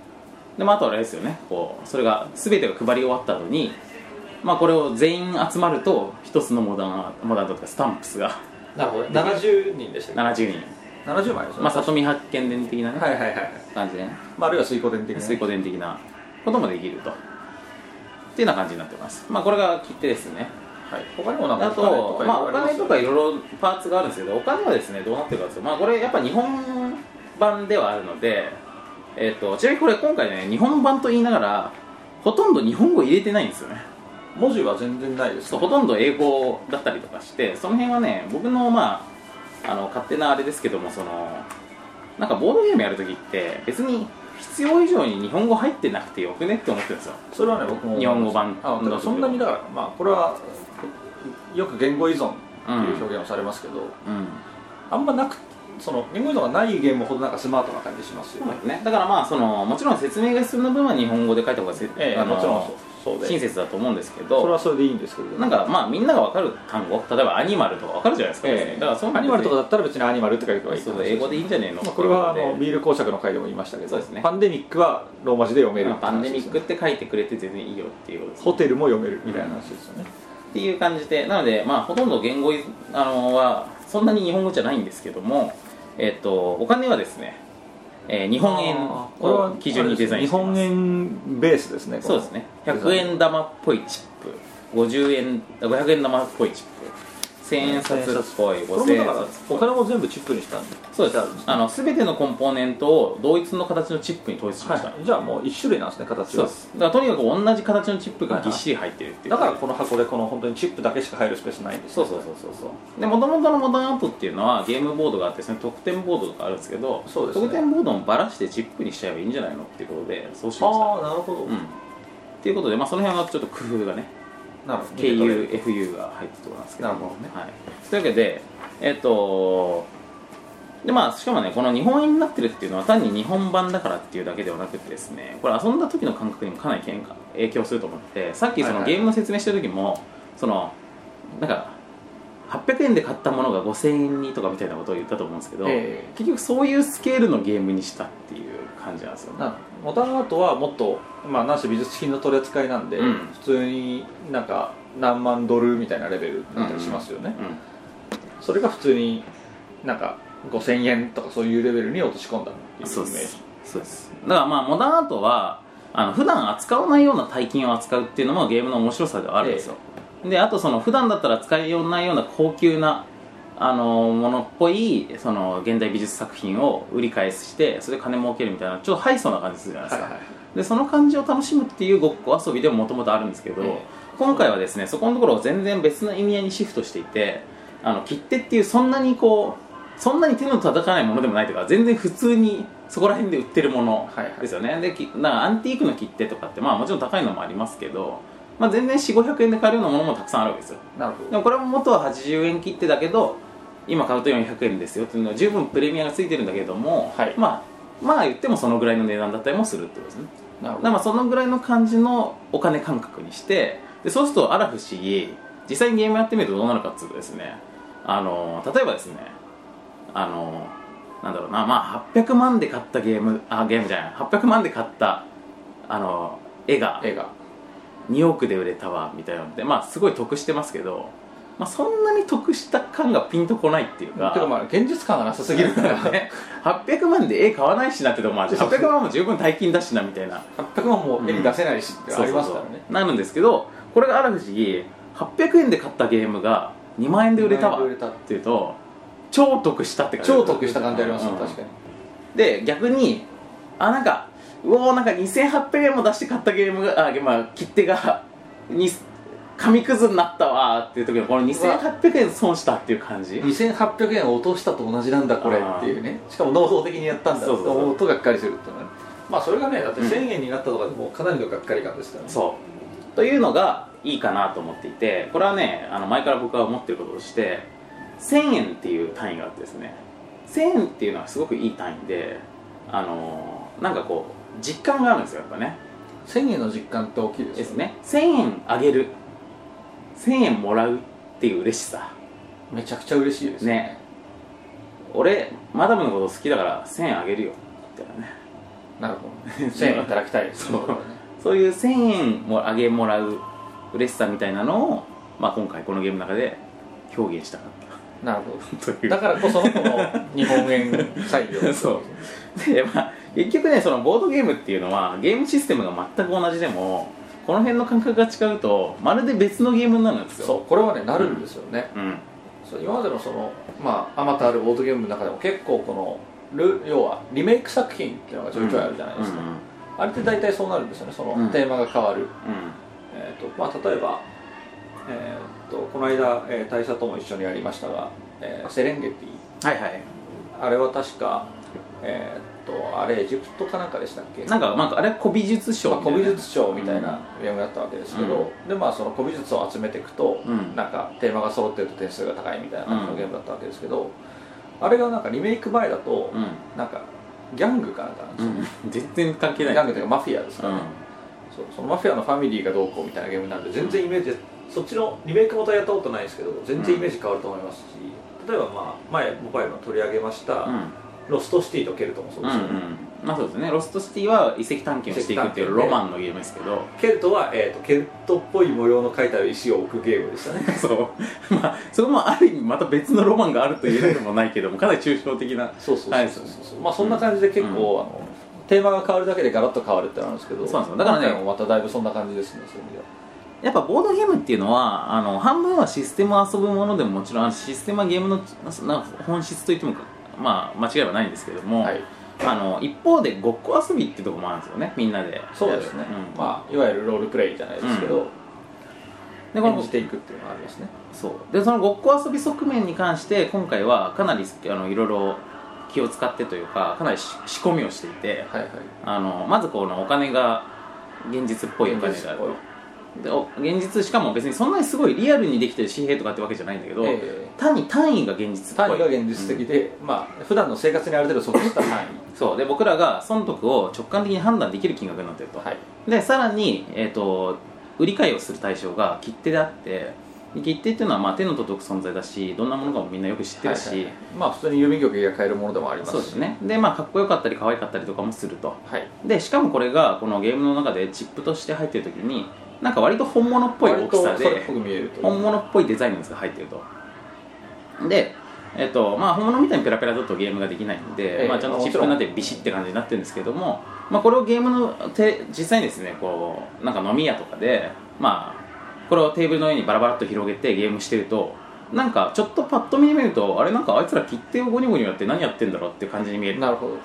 でもあとはあれですよねこうそれが全てが配り終わった後にまあこれを全員集まると一つのモダンモダンとかスタンプスがなるほど70人でしたっ70人け70枚ですねまあ里見発見伝的なね、はいはいはい、感じでねまあ、あるいは水光伝的なね水光伝的なこともできるとっていうような感じになってますまあこれが切手ですねはい他にもなんかあと、まあ、おり金すとかいろいろパーツがあるんですけど、お金はですね、どうなってるかというと、まあ、これやっぱ日本版ではあるので、えっ、と、ちなみにこれ今回ね、日本版と言いながら、ほとんど日本語入れてないんですよね。文字は全然ないですそうねほとんど英語だったりとかして、その辺はね、僕のまあ、あの、勝手なあれですけども、その、なんかボードゲームやるときって、別に必要以上に日本語入ってなくてよくねって思ってるんですよ。それはね僕も日本語版あだからそんなにだからまあこれはよく言語依存っていう表現をされますけど、うん。あんまなくその言語依存がないゲームほどなんかスマートな感じしますよそうね、ですね、だからまあそのもちろん説明が必要な分は日本語で書いた方がせ、ええあのもちろんそうそうで親切だと思うんですけそれどはそれでいいんですけどなんかまあみんなが分かる単語例えばアニマルとか分かるじゃないですか、ええだからそういうアニマルとかだだったら別にアニマルって書いてばいいそう英語でいいんじゃねえのまあ、これはあのってビール公爵の回でも言いましたけどそうですねパンデミックはローマ字で読めいうるのでってパン話でデすミックねって書いてくれて全然いいよっていうことですホテルも読めるみたいな話ですよね、っていう感じでなのでまあほとんど言語いあのはそんなに日本語じゃないんですけどもえっとお金はですね、えー日本円あーこれはを基準にデザインしてます日本円ベースですねこそのうですね100円玉っぽいチップ50円500円玉っぽいチップ1000円札っぽいこ5000れ円もだから札っぽおい金も全部チップにしたんでそうですあるんねあの全てのコンポーネントを同一の形のチップに統一しました、はい、じゃあもう一種類なんですね形そうはですだからとにかく同じ形のチップがぎっしり入ってるっていう、だからこの箱でこの本当にチップだけしか入るスペースないんですそうそうそうそうそうで元々のモダンアップっていうのはゲームボードがあってですね得点ボードとかあるんですけどそうですね得点ボードもバラしてチップにしちゃえばいいんじゃないのっていうことでそうしましたああなるほど、うんっていうことでまあその辺はちょっと工夫がねなるほど KUFU が入ったところなんですけどなるほどねはい、というわけでえっ、とでまあ、しかもねこの日本円になってるっていうのは単に日本版だからっていうだけではなくてですねこれ遊んだ時の感覚にもかなり変化影響すると思ってさっきそはいのはいゲームの説明してる時も、そのなんか800円で買ったものが5000円にとかみたいなことを言ったと思うんですけど、ええ結局そういうスケールのゲームにしたっていう感じなんですよねなモダンアートはもっとまあなんせ美術品の取り扱いなんで、うん普通になんか何万ドルみたいなレベルだったりしますよね、うんそれが普通になんか5000円とかそういうレベルに落とし込んだっていうイメそうーでジすそうですだからまあモダンアートはあの普段扱わないような大金を扱うっていうのもゲームの面白さではあるんですよ、であとその普段だったら使いようないような高級なあのものっぽいその現代美術作品を売り買いしてそれで金儲けるみたいなちょっとハイソな感じするじゃないではすいか、はいでその感じを楽しむっていうごっこ遊びでももともとあるんですけど、ええ今回はですねそこのところを全然別の意味合いにシフトしていてあの切手っていうそんなにこうそんなに手の叩かないものでもないというか全然普通にそこら辺で売ってるものはいはいですよね、できなんかアンティークの切手とかってまあもちろん高いのもありますけど、まあ、全然4500円で買えるようなものもたくさんあるわけですよなるほでどもこれも元は80円切手だけど今買うと400円ですよっていうのは十分プレミアがついてるんだけども、はいまあまあ言ってもそのぐらいの値段だったりもするってことですねなだるからまあそのぐらいの感じのお金感覚にしてでそうするとあら不思議実際にゲームやってみるとどうなるかっていうとですねあの例えばですねあのなんだろうなまあ800万で買ったゲームあゲームじゃない800万で買ったあの絵が映画2億で売れたわみたいなのでまあすごい得してますけど、まあ、そんなに得した感がピンとこないっていうかてかまあ現実感がなさすぎる からね、800万で絵買わないしなってとこもあるし800万も十分大金だしなみたいな800万も絵に出せないしってありますからねなるんですけどこれがあら不思議800円で買ったゲームが2万円で売れたわ2万円っで売れたていうと超得したって感じ超得した感じありますね、確かににで逆にあなんかうおーなんか2800円も出して買ったゲームがあまあ切手がに紙くずになったわーっていう時のこの2800円損したっていう感じ2800円を落としたと同じなんだこれあーっていうねしかも能動的にやったんだとそうそうそう思うとがっかりするっていうのはねまあそれがねだってうん1000円になったとかでもうかなりのがっかり感ですからねそうというのがいいかなと思っていてこれはねあの前から僕は思ってることとして1000円っていう単位があってですね1000円っていうのはすごくいい単位であのなんかこう実感があるんですよやっぱね1000円の実感って大きいですでよすね1000円あげる1000円もらうっていう嬉しさめちゃくちゃ嬉しいですねね俺マダムのこと好きだから1000円あげるよみたいなねなるほど1000円いただきたいですそうそういう1000円もあげもらう嬉しさみたいなのを、まあ、今回このゲームの中で表現したかっなるほ たというどだからこそのこの日本円採 用そうで、まあ、結局ねそのボードゲームっていうのはゲームシステムが全く同じでもこの辺の感覚が違うとまるで別のゲームになるんですよそうこれはねなるんですよね、う、うん、そう今までのそのまああまたあるボードゲームの中でも結構このル要はリメイク作品っていうのがちょいちょいあるじゃないですか、うんうんあれって大体そうなるんですよねその、うんテーマが変わる、うんえーとまあ、例えば、えー、とこの間、えー大佐とも一緒にやりましたが、えーセレンゲティはいはいあれは確か、えー、とあれエジプトかなんかでしたっけなんか、なんかあれ古美術ま賞あみたい古な美術賞みたいなゲームだったわけですけど、でまあその古美術を集めていくと、うんなんかテーマが揃ってると点数が高いみたいな感じのゲームだったわけですけど、あれがなんかリメイク前だと、うん、なんかギャングかなんかなんですうよ、ん、全然関係ギないャングというかマフィアですかうら、んねそうそのマフィアのファミリーがどうこうみたいなゲームなんで全然イメージそっちのリメイク元はやったことないですけど全然イメージ変わると思いますし、例えばまあ前モバイルの取り上げました、うんロストシティとケルトもそううでんすよね、うんまあそうですねロストシティは遺跡探検をしていくっていうロマンのゲームですけどケルトは、えー、とケルトっぽい模様の書いてある石を置くゲームでしたねそうまあそれもある意味また別のロマンがあると言えるでもないけどもかなり抽象的なそうそうそうそう、はいまあそんな感じで結構、あのテーマが変わるだけでガラッと変わるってのあるんですけどそうなんですよだからね今回もまただいぶそんな感じですねそういう意味ではやっぱボードゲームっていうのはあの半分はシステムを遊ぶものでももちろんあるしシステムはゲームのな本質といってもまあ間違いはないんですけども、はいあの一方でごっこ遊びってとこもあるんですよねみんなでそうですね、うんまあいわゆるロールプレイじゃないですけど、でこの演じていくっていうのがありますねそうでそのごっこ遊び側面に関して今回はかなりあのいろいろ気を使ってというかかなりし仕込みをしていてはいはいあのまずこのお金が現実っぽいお金があるとでお現実しかも別にそんなにすごいリアルにできてる紙幣とかってわけじゃないんだけど、ええ単に単位が現実っぽい単位が現実的で、まあ普段の生活にある程度即した単位そうで僕らが損得を直感的に判断できる金額になってると、はいでさらに、えー、と売り買いをする対象が切手であって切手っていうのは、まあ、手の届く存在だしどんなものかもみんなよく知ってるし、はいはいはいまあ普通に郵便局が買えるものでもありますしそうですねでまあかっこよかったり可愛かったりとかもするとはいでしかもこれがこのゲームの中でチップとして入ってる時になんか割と本物っぽい大きさ割とそれっでぽく見えると本物っぽいデザインのやつが入ってるとでえっとまあ、本物みたいにペラペラだとゲームができないんで、ええまあ、ちゃんともちチろんップになってビシッって感じになってるんですけども、まあ、これをゲームのて実際にですねこうなんか飲み屋とかで、まあ、これをテーブルの上にバラバラっと広げてゲームしてるとなんかちょっとパッと見に見るとあれなんかあいつら切手をゴニゴニやって何やってんだろうっていう感じに見えるなるほどうん、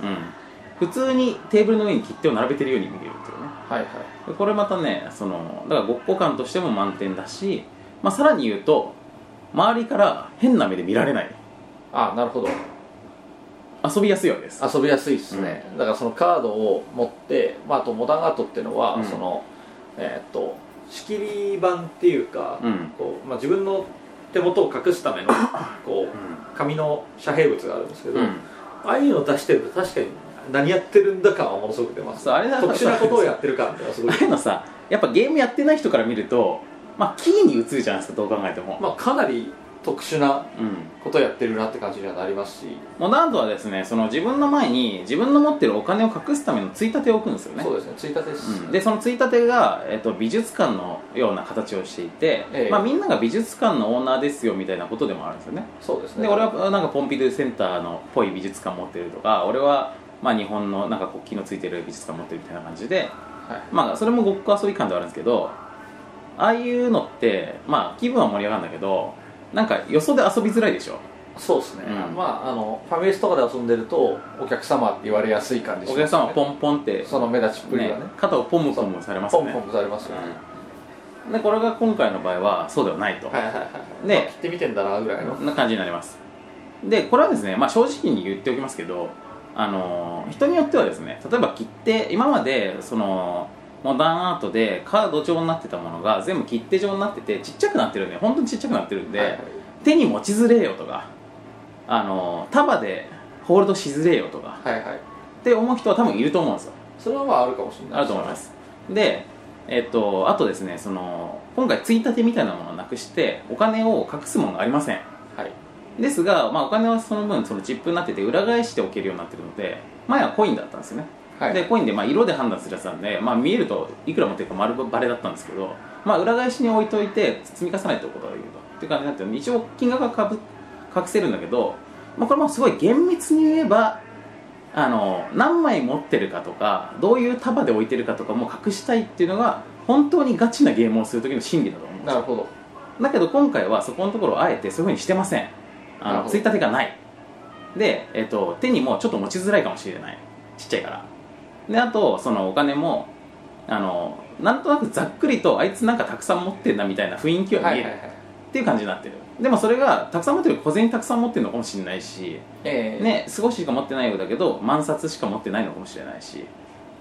普通にテーブルの上に切手を並べてるように見えるっていうねはいはいでこれまたねそのだからごっこ感としても満点だし、まあ、さらに言うと周りから変な目で見られないあなるほど遊びやすいわけです遊びやすいですね、だからそのカードを持って、まあ、あとモダンアートっていうのは、うんそのえーっと仕切り板っていうか、うんこうまあ、自分の手元を隠すためのこうう紙の遮蔽物があるんですけど、うんああいうのを出してると確かに何やってるんだ感はものすごく出ますそうあれだ特殊なことをやってる感っていうのはすごい ああいうのさやっぱゲームやってない人から見るとまあキーに映るじゃないですかどう考えても、まあ、かなり特殊なうんことをやってるなって感じにはなりますし、モダントはですねその自分の前に自分の持ってるお金を隠すためのついたてを置くんですよねそうですね追加です、うんでそのついたてが、えっと美術館のような形をしていて、ええまあ、みんなが美術館のオーナーですよみたいなことでもあるんですよねそうですねで俺はなんかポンピドゥセンターのっぽい美術館持ってるとか俺は、まあ、日本のなんか国旗のついてる美術館持ってるみたいな感じで、はいまあ、それもごっこ遊び感ではあるんですけどああいうのって、まあ、気分は盛り上がるんだけどなんかよそで遊びづらいでしょそうですね、うんまああのファミレスとかで遊んでるとお客様って言われやすい感じしおます、客様ンポンポンって、その目立ちっぷりねがね肩をポムポムされますポよンねポンされますよね、うんでこれが今回の場合はそうではないと、はいはいはいねまあ切ってみてんだなぐらいのな感じになりますでこれはですね、まあ、正直に言っておきますけど、あのー人によってはですね例えば切手今までそのモダンアートでカード状になってたものが全部切手状になっててちっちゃくなってるんで本当にちっちゃくなってるんで、はいはい手に持ちづれえよとかあの束でホールドしづれえよとかはいはいって思う人は多分いると思うんですよそれはまああるかもしれないあると思いますでえっとあとですねその今回ついたてみたいなものをなくしてお金を隠すものがありませんはいですが、まあ、お金はその分そのチップになってて裏返しておけるようになってるので前はコインだったんですよね、はいでコインでまあ色で判断するやつなんで、まあ、見えるといくら持ってるか丸バレだったんですけど、まあ、裏返しに置いといて積み重ねておくことができるとっていう感じになってるので一応金額はかぶ隠せるんだけど、まあ、これもすごい厳密に言えばあの何枚持ってるかとかどういう束で置いてるかとかも隠したいっていうのが本当にガチなゲームをする時の真理だと思うんですよなるほどだけど今回はそこのところをあえてそういうふうにしてませんあなるのほどついたてがないで、えっと手にもちょっと持ちづらいかもしれないちっちゃいからであとそのお金もあのなんとなくざっくりとあいつなんかたくさん持ってんなみたいな雰囲気はは見いえはいるはいっていう感じになってる、でもそれがたくさん持ってる小銭たくさん持ってるのかもしれないしええね少ししか持ってないようだけど万冊しか持ってないのかもしれないし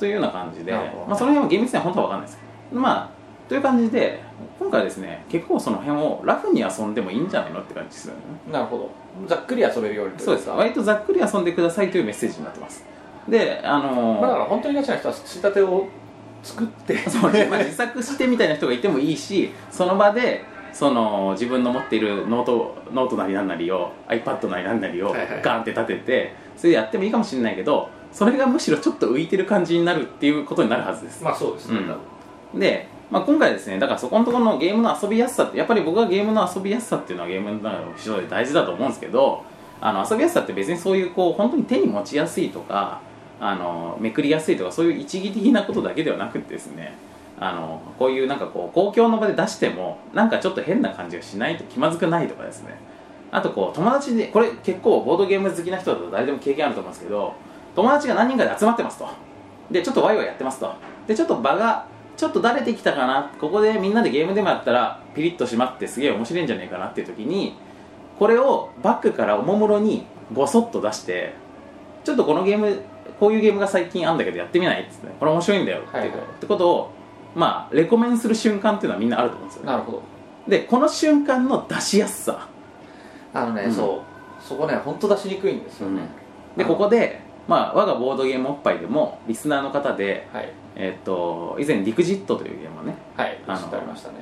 というような感じで、なるほどまあ、その辺も厳密には本当は分かんないですまあという感じで今回はですね結構その辺をラフに遊んでもいいんじゃないのって感じですよねなるほどざっくり遊べるようにといかそうです割とざっくり遊んでくださいというメッセージになってますであのーまあだから本当にガチな人は仕立てを作ってそうねまあ、自作してみたいな人がいてもいいしその場でその自分の持っているノートノートなりなんなりを iPad なりなんなりをはいはいガンって立ててそれでやってもいいかもしれないけどそれがむしろちょっと浮いてる感じになるっていうことになるはずです まあそうですね、うん多分で、まあ、今回ですねだからそこのところのゲームの遊びやすさってやっぱり僕はゲームの遊びやすさっていうのはゲームの中でも非常に大事だと思うんですけどあの遊びやすさって別にそういうこう本当に手に持ちやすいとかあのめくりやすいとかそういう一義的なことだけではなくてですねあのこういうなんかこう公共の場で出してもなんかちょっと変な感じがしないと気まずくないとかですねあとこう友達でこれ結構ボードゲーム好きな人だと誰でも経験あると思うんですけど友達が何人かで集まってますとでちょっとワイワイやってますとでちょっと場がちょっと慣れてきたかなここでみんなでゲームでもやったらピリッとしまってすげえ面白いんじゃないかなっていう時にこれをバッグからおもむろにごそっと出してちょっとこのゲームこういうゲームが最近あんだけどやってみないっつってこれ面白いんだよって,、はいはいってことをまあレコメンする瞬間っていうのはみんなあると思うんですよねなるほどでこの瞬間の出しやすさあのね、うんそうそこね本当出しにくいんですよね、でここで、まあ、我がボードゲームおっぱいでもリスナーの方で、はいえっと以前「リクジット」というゲームをね、はいあの知ってありましたね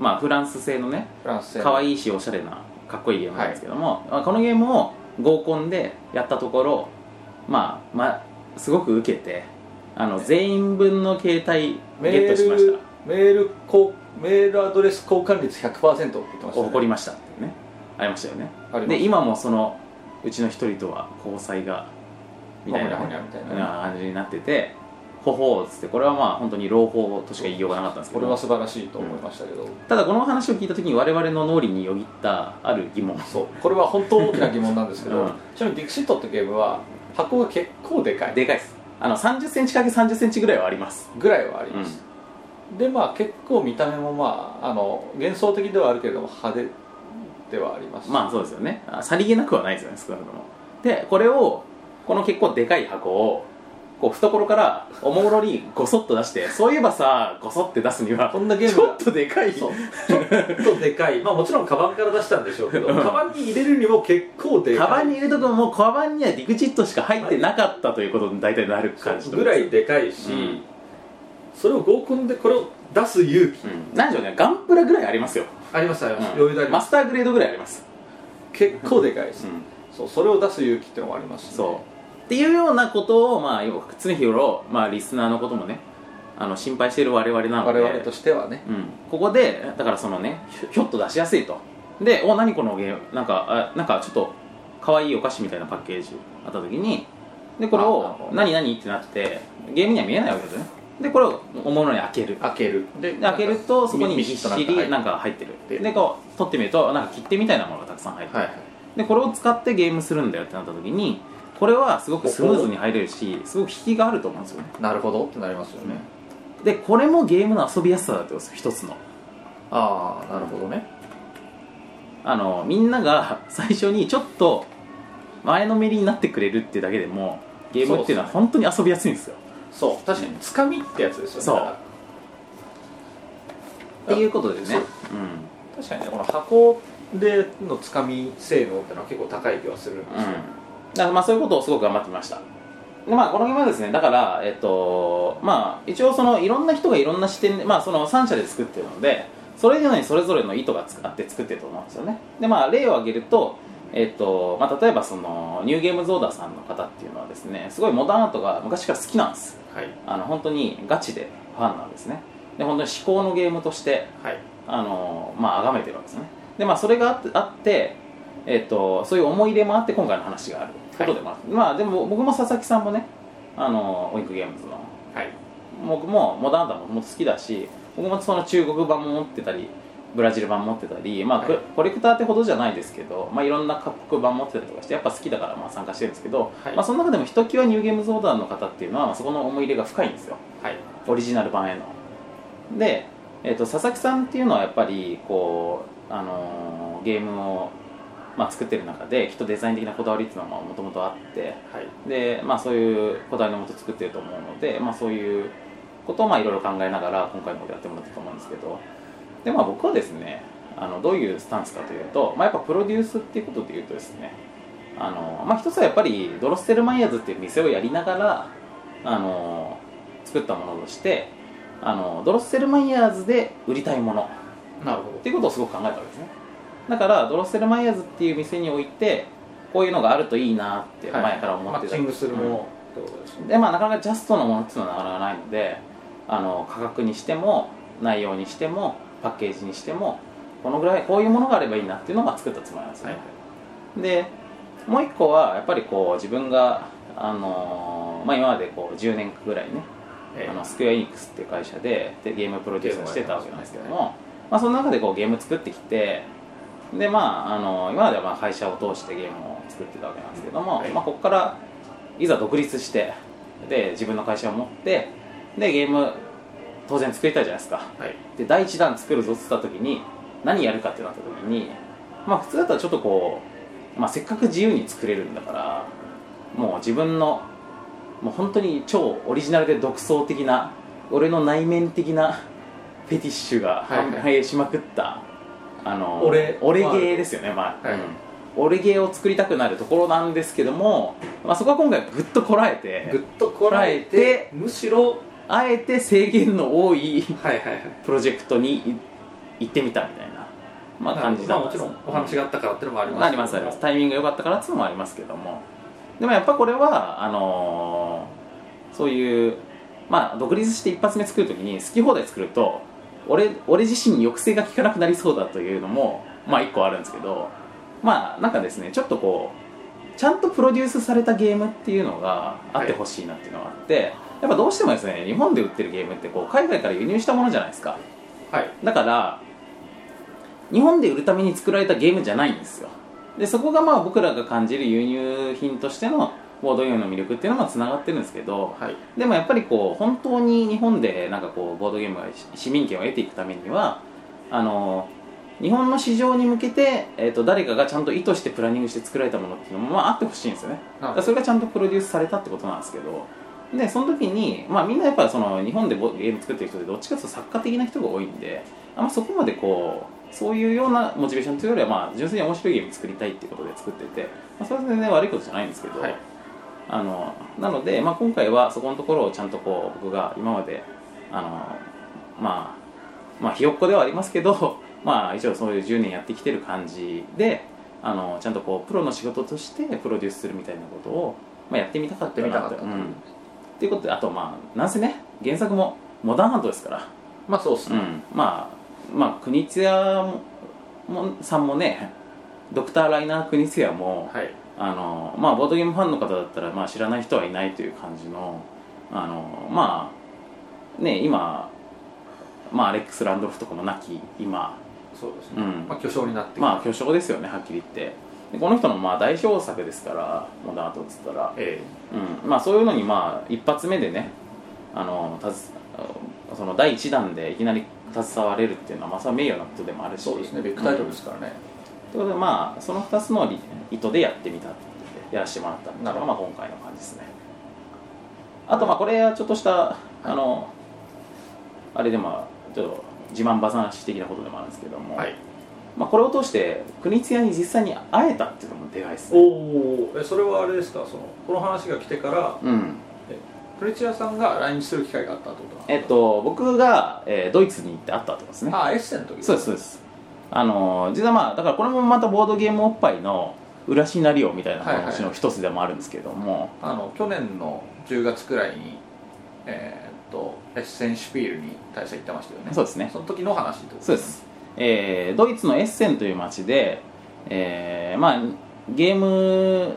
まあ、フランス製のねフランス製の可愛いしおしゃれなかっこいいゲームなんですけども、まあこのゲームを合コンでやったところまあ、まあ、すごく受けてあの全員分の携帯メゲットしましールたメールこうメールアドレス交換率100%って言ってました、おね、誇りましたってねありましたよねありますで今もそのうちの一人とは交際がみたいなほにゃほにゃみたいな感じになっててほほうっつってこれはまあ本当に朗報としか言いようがなかったんですけこれどは素晴らしいと思いましたけど、ただこの話を聞いた時に我々の脳裏によぎったある疑問そうこれは本当大きな疑問なんですけど、うんちなみにディクシットってゲームは箱が結構でかいでかいですあの3 0ンチ× 3 0ンチぐらいはありますぐらいはあります、でまあ結構見た目もまああの幻想的ではあるけれども派手ではありますまあそうですよねあさりげなくはないですよね少なくともでこれをこの結構でかい箱をこう懐からおもむろにごそっと出してそういえばさごそって出すにはこんなゲームちょがっとでかいそうちょっと でかいまあもちろんカバンから出したんでしょうけどカバンに入れるにも結構でかいカバンに入れとくももうカバンにはディグジットしか入ってなかったということに大体なる感じとぐらいでかいし、うんそれを合コンでこれを出す勇気、うん何でしょうねガンプラぐらいありますよ、ありますありうんます、余裕でありまマすスターグレードぐらいあります、結構でかいです、うんそうそれを出す勇気ってのもあります、ね、そうっていうようなことをまあ常日頃まあリスナーのこともねあの心配している我々なの我で々としてはねうん、ここでだからそのねひょひょっと出しやすいとでお何このゲームなんかあなんかちょっと可愛いお菓子みたいなパッケージあった時にでこれあなるほをど何何ってなってゲームには見えないわけですよねでこれをおもろに開ける開けるでで開けるとそこにミぎシっッとしなんか入ってりなんか入ってでるでこう取ってみるとなんか切手みたいなものがたくさん入ってる、はいでこれを使ってゲームするんだよってなった時にこれはすごくスムーズに入れるしすごく引きがあると思うんですよねなるほどってなりますよね、でこれもゲームの遊びやすさだってことです一つのああなるほどねあのみんなが 最初にちょっと前のめりになってくれるってだけでもゲームっていうのは本当に遊びやすいんですよそう確かにつかみってやつですよねそうだからっていうことでねそう確かにねこの箱でのつかみ性能ってのは結構高い気はするんでうん、すよ、だからまあそういうことをすごく頑張ってきましたでまあこのゲームはですねだからえっとまあ一応そのいろんな人がいろんな視点でまあその3社で作ってるのでそれぞれにそれぞれの意図がつあって作ってると思うんですよねでまあ例を挙げるとえっとまあ、例えばそのニューゲームゾーダさんの方っていうのはですねすごいモダンアートが昔から好きなんですはいあの本当にガチでファンなんですねで本当に至高のゲームとしてはいあのまあ崇めてるわけですねでまあそれがあってあって、えっとそういう思い入れもあって今回の話があることでもある、まあでも僕も佐々木さんもねあのウィンクゲームズのはい僕もモダンダももと好きだし僕もその中国版も持ってたりブラジル版持ってたり、まあはいコレコレクターってほどじゃないですけど、まあ、いろんな各国版持ってたりとかしてやっぱ好きだからまあ参加してるんですけど、はいまあ、その中でもひときわニューゲームズオーダーの方っていうのは、まあそこの思い入れが深いんですよはいオリジナル版へので、えー、と佐々木さんっていうのはやっぱりこう、あのーゲームを、まあ、作ってる中できっとデザイン的なこだわりっていうのはもともとあってはいで、まあ、そういうこだわりのもと作ってると思うので、まあ、そういうことをまあいろいろ考えながら今回のことやってもらったと思うんですけどで、まあ、僕はですねあのどういうスタンスかというと、まあ、やっぱプロデュースっていうことで言うとですねあの、まあ、一つはやっぱりドロッセルマイヤーズっていう店をやりながらあの作ったものとしてあのドロッセルマイヤーズで売りたいものなるほどっていうことをすごく考えたわけですねだからドロッセルマイヤーズっていう店においてこういうのがあるといいなって前から思ってマッた、チングするものってことですね、でまあなかなかジャストのものっていうのはなかなかないのであの価格にしても内容にしてもパッケージにしてもこのぐらいこういうものがあればいいなっていうのが作ったつもりなんですね、でもう一個はやっぱりこう自分があのーまあ今までこう10年ぐらいねえあーのスクエア・エニックスっていう会社ででゲームプロデュースをしてたわけなんですけどゲーも、まあ、その中でこうゲーム作ってきてでまああの今まではまあ会社を通してゲームを作ってたわけなんですけども、はいまあ、ここからいざ独立してで自分の会社を持ってでゲーム当然作りたいじゃないですかはいで第一弾作るぞって言った時に何やるかってなった時にまあ普通だったらちょっとこう、まあ、せっかく自由に作れるんだからもう自分のもう本当に超オリジナルで独創的な俺の内面的な フェティッシュがはいはい反映しまくった、あの俺俺ゲーですよねまあ、はいうん俺ゲーを作りたくなるところなんですけども、まあ、そこは今回ぐっとこらえてぐっとこらえてむしろあえて制限の多いはいはいはいプロジェクトにい行ってみたみたいな、まあ、感じだっまあたもちろんお話があったからっていうのもありますありますありますタイミングが良かったからっていうのもありますけどもでもやっぱこれはあのーそういうまあ独立して一発目作るときに好き放題作ると俺俺自身に抑制が効かなくなりそうだというのもまあ一個あるんですけどまあなんかですねちょっとこうちゃんとプロデュースされたゲームっていうのがあってほしいなっていうのがあって、やっぱどうしてもですね日本で売ってるゲームってこう海外から輸入したものじゃないですかはいだから日本で売るために作られたゲームじゃないんですよでそこがまあ僕らが感じる輸入品としてのボードゲームの魅力っていうのもつながってるんですけどはいでもやっぱりこう本当に日本でなんかこうボードゲームがし市民権を得ていくためにはあの日本の市場に向けて、えー、と誰かがちゃんと意図してプランニングして作られたものっていうのも、まあ、あってほしいんですよねだからそれがちゃんとプロデュースされたってことなんですけどでその時に、まあ、みんなやっぱその日本でボゲーム作ってる人ってどっちかというと作家的な人が多いんであんまそこまでこうそういうようなモチベーションというよりは、まあ、純粋に面白いゲーム作りたいっていうことで作ってて、まあ、それは全然悪いことじゃないんですけど、はいあのなので、まあ、今回はそこのところをちゃんとこう僕が今まであの、まあ、まあひよっこではありますけど、 まあ、一応そういう10年やってきてる感じであのちゃんとこうプロの仕事としてプロデュースするみたいなことを、まあ、やってみたかったなやってみたかったうんっていうことであとまあなんせね原作もモダンハントですから、まあそうっすうね、ん、まあまあ国津屋ももさんもねドクター・ライナー国津屋も、はいあのまあボードゲームファンの方だったら、まあ、知らない人はいないという感じのあのまあね今、まあ、アレックス・ランドルフとかも亡き今、そうですうね、んまあ巨匠になってまあ巨匠ですよねはっきり言ってでこの人のまあ代表作ですからモダンアートっつったら、えうんまあ、そういうのにまあ一発目でねあのたずその第一弾でいきなり携われるっていうのはまあそれは名誉なことでもあるえしそうですねビッグタイトルですからね、ということでまあその2つの意図でやってみたってことでやらせてもらったっていうのながるほまあ今回の感じですねあとまあこれはちょっとしたあのあれでまあちょっと自慢話的なことでもあるんですけども、はいまあ、これを通して国津屋に実際に会えたっていうのもでかいですおねおえそれはあれですかそのこの話が来てからうんプレチアさんが来日する機会があったってことなのえっと僕が、えードイツに行って会ったってことですねああエッセンの時そうですそうですあのー実はまあだからこれもまたボードゲームおっぱいの裏シナリオみたいな話の一つでもあるんですけども、あの去年の10月くらいにえーっとエッセンシュピールに大社行ってましたよねそうですねその時の話ってことそうです、えードイツのエッセンという町で、えーまあ、ゲーム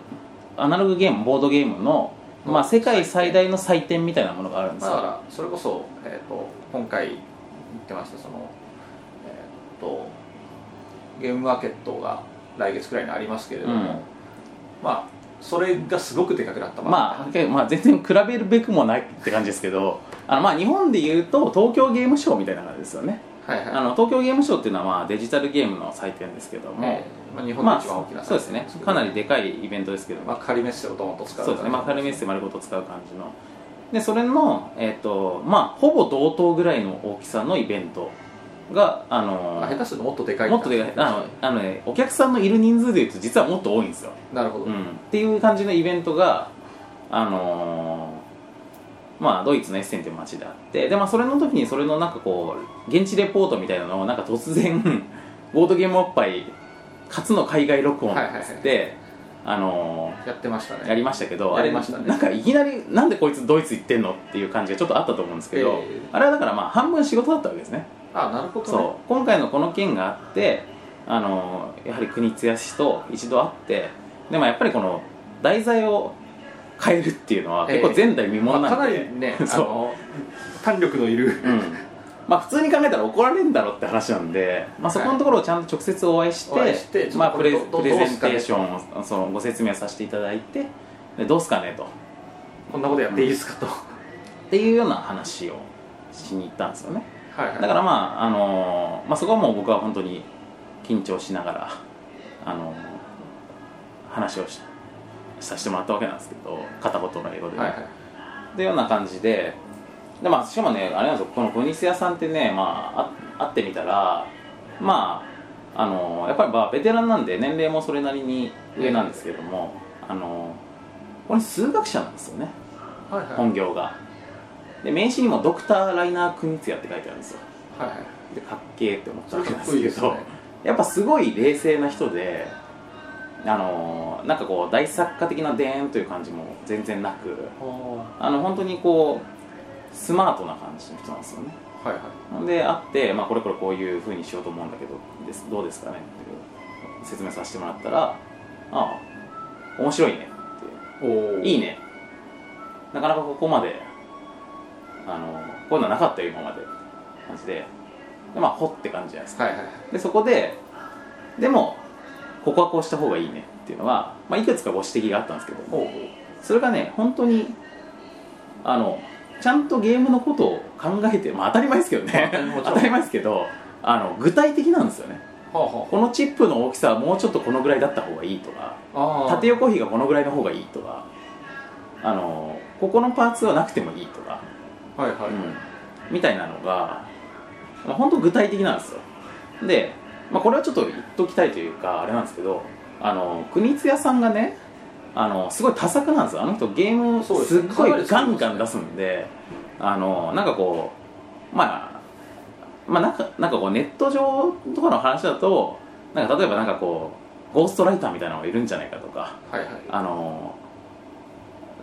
アナログゲームボードゲームの、まあ、世界最大の祭典みたいなものがあるんですまあよ、だからそれこそ、えー、と今回言ってましたその、えー、とゲームマーケットが来月くらいにありますけれども、うんまあそれがすごくでかくなったまあ、はっきりまあ全然比べるべくもないって感じですけどあのまあ日本でいうと東京ゲームショーみたいな感じですよねあ、はいはいあの東京ゲームショーっていうのはまあデジタルゲームの祭典ですけども、えーまあ、日本でまあ一番大きなそうですねかなりでかいイベントですけどもまあ、仮メッセをドーンと使うそうですね、まあ、カルメッセ丸ごと使う感じのでそれの、えっとまあ、ほぼ同等ぐらいの大きさのイベントが、あのあー下手するともっとでかいもっとでかいあのあの、ね、お客さんのいる人数でいうと実はもっと多いんですよ、なるほど、うん、っていう感じのイベントが、あのーまあ、ドイツのエッセンという街であってで、まあ、それの時にそれのなんかこう現地レポートみたいなのをなんか突然 ボードゲームおっぱい初の海外録音っつって、あのーやってましたねやりましたけど、やありれましたねなんかいきなりなんでこいつドイツ行ってんのっていう感じがちょっとあったと思うんですけど、ええあれはだからまあ半分仕事だったわけですねあなるほど、ね、そう今回のこの件があってあのやはり国津屋氏と一度会ってでもやっぱりこの題材を変えるっていうのは結構前代未聞まあ、なかなんで、りね あそうの弾力のいるうんまあ普通に考えたら怒られるんだろうって話なんで、まあ、そこのところをちゃんと直接お会いして,、はいお会いしてちょっとまあ、プレこれどプレどうゼンすかテねーションをそのご説明させていただいてでどうすかねと。こんなことやっていいですかと、っていうような話をしに行ったんですよねはいはいだからまあ、あのーまあ、そこはもう僕は本当に緊張しながら、あのー話をしさせてもらったわけなんですけど片言の英語でね、はいはいっていうような感じでで、まあ、しかもねあれなんですよこの小西屋さんってね、まあ、あ会ってみたらまああのやっぱりまあベテランなんで年齢もそれなりに上なんですけども、あのこれ数学者なんですよねはいはい本業がで名刺にも「ドクター・ライナー・クニツヤ」って書いてあるんですよはいはいでかっけーって思ったそれわけかなんっでこすいいけですどねやっぱすごい冷静な人であのーなんかこう大作家的なでーんという感じも全然なくはあの本当にこうスマートな感じの人なんですよねいはいで会って、まあ、これこれこういうふうにしようと思うんだけどですどうですかねって説明させてもらったら「ああ面白いね」っておいいねねなかなかここまであのこういうのなかったよ今まで感じででまあほって感じじゃないですかはいはいでそこででもここはこうした方がいいねっていうのは、まあ、いくつかご指摘があったんですけどおうおうそれがね本当にあのちゃんとゲームのことを考えて、まあ、当たり前ですけどねまあもちろん当たり前ですけどあの具体的なんですよねはあはこのチップの大きさはもうちょっとこのぐらいだった方がいいとかああー縦横比がこのぐらいの方がいいとかあのここのパーツはなくてもいいとか、はいはい、うんみたいなのが、まあ、本当具体的なんですよで、まあ、これはちょっと言っときたいというかあれなんですけどあの国津屋さんがねあのすごい多作なんですよあの人ゲームそうですすっねごいかなりガ作りンますねガン出すんであのなんかこうまあまあなんかなんかこうネット上とかの話だとなんか例えばなんかこうゴーストライターみたいなのがいるんじゃないかとかはいはいあの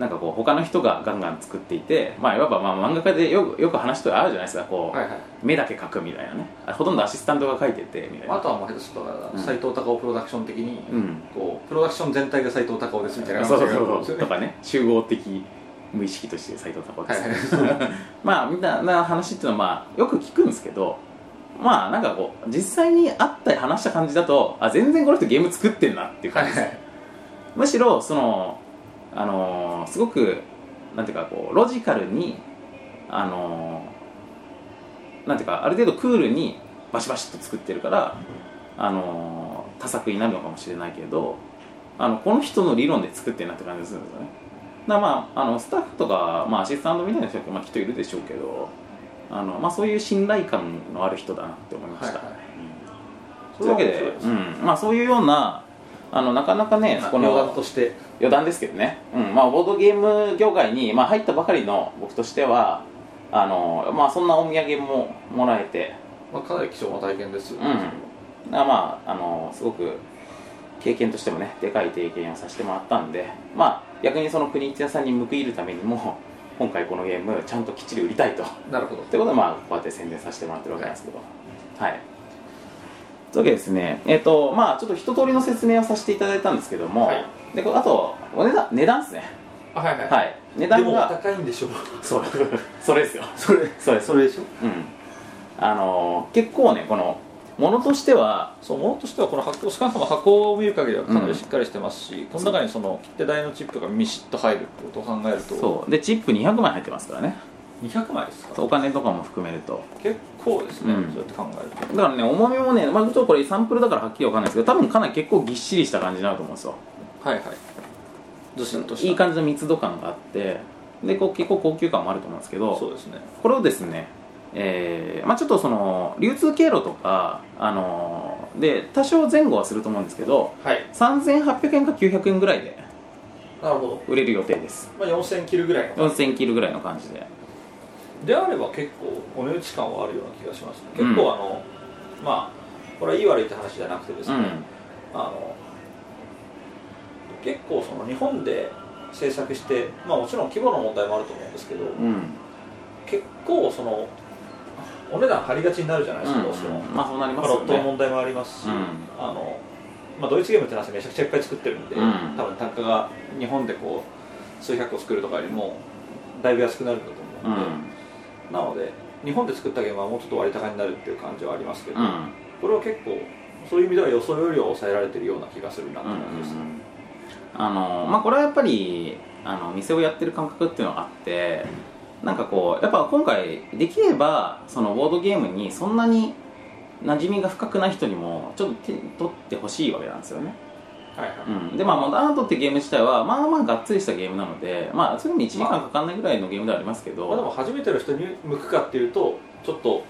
なんかこう他の人がガンガン作っていてまあいわばまあ漫画家でよくよく話とかあるじゃないですかこう、はいはい目だけ描くみたいなねあほとんどアシスタントが描いててみたいなあとはもう下手するとだうかんら斎藤隆夫プロダクション的に、うんこうプロダクション全体が斎藤隆夫ですみたいなそう感じそうがそうそうとはかね集合的無意識として斎藤孝いです、はい まあみたいな話っていうのはまあよく聞くんですけどまあなんかこう実際に会った話した感じだとあ全然この人ゲーム作ってんなっていうは感いじです、はいむしろそのあのーすごくなんていうかこうロジカルにあのーなんていうかある程度クールにバシバシっと作ってるからあのー多作になるのかもしれないけどあのこの人の理論で作ってるなって感じがするんですよねだからまああのスタッフとか、まあ、アシスタントみたいな人も、まあ、きっといるでしょうけどあのまあ、そういう信頼感のある人だなって思いました、はいはういんというわけでそうですうねんまあ、そういうようなあのなかなかねまあこの余談として余談ですけどね、うんまあ、ボードゲーム業界に、まあ、入ったばかりの僕としてはあの、まあ、そんなお土産ももらえて、まあ、かなり貴重な体験ですようん、ね、だからまああのすごく経験としてもねでかい経験をさせてもらったんで、まあ、逆にその国一屋さんに報いるためにも今回このゲームちゃんときっちり売りたいと。なるほどってことでまあこうやって宣伝させてもらってるわけなんですけどはいというわけでですねえっ、とまあちょっと一通りの説明をさせていただいたんですけども、はいでこあとお値段値段ですねあはいはい、はい値で段もが高いんでしょうそう それですよそれそれですれでしょうんあのー結構ねこのものとしてはそうものとしてはこの箱少なくとも箱を見る限りはかなうんりしっかりしてますし、この中にその切手代のチップがミシッと入るってことを考えるとそうでチップ200枚入ってますからね200枚ですかお金とかも含めると結構ですね、うんそうやって考えるとだからね重みもね、まあ、ちょっとこれサンプルだからはっきりわかんないですけど多分かなり結構ぎっしりした感じになると思うんですよはいはいずしんとしたいい感じの密度感があってでこう結構高級感もあると思うんですけそうどですねこれをですね、えーまあ、ちょっとその流通経路とか、あのーで多少前後はすると思うんですけどはい3800円か900円ぐらいでなるほど、売れる予定ですまあ、4000切るぐらいの4000キルぐらいの感じでであれば結構お値打ち感はあるような気がしますねうん結構あの、まあこれはいい悪いって話じゃなくてですうね、んあの結構その日本で制作して、まあ、もちろん規模の問題もあると思うんですけど、うん結構そのお値段張りがちになるじゃないですか、どうしても、まあそうなりままあすロよットのね問題もありますし、うんあのまあ、ドイツゲームってのはめちゃくちゃいっぱい作ってるんで、うん多分単価が日本でこう数百個作るとかよりもだいぶ安くなるんだとうん思うんで、なので日本で作ったゲームはもうちょっと割高になるっていう感じはありますけど、うんこれは結構そういう意味では予想よりは抑えられてるような気がするなってうんうんう感じです、んあのまあこれはやっぱりあの店をやってる感覚っていうのがあってなんかこうやっぱ今回できればそのボードゲームにそんなに馴染みが深くない人にもちょっと手に取ってほしいわけなんですよね、はいはい、うん、でまあモダンアートってゲーム自体はまあまあがっつりしたゲームなのでまあそれでも1時間かかんないぐらいのゲームではありますけど、まあ、でも初めての人に向くかっていうとちょっと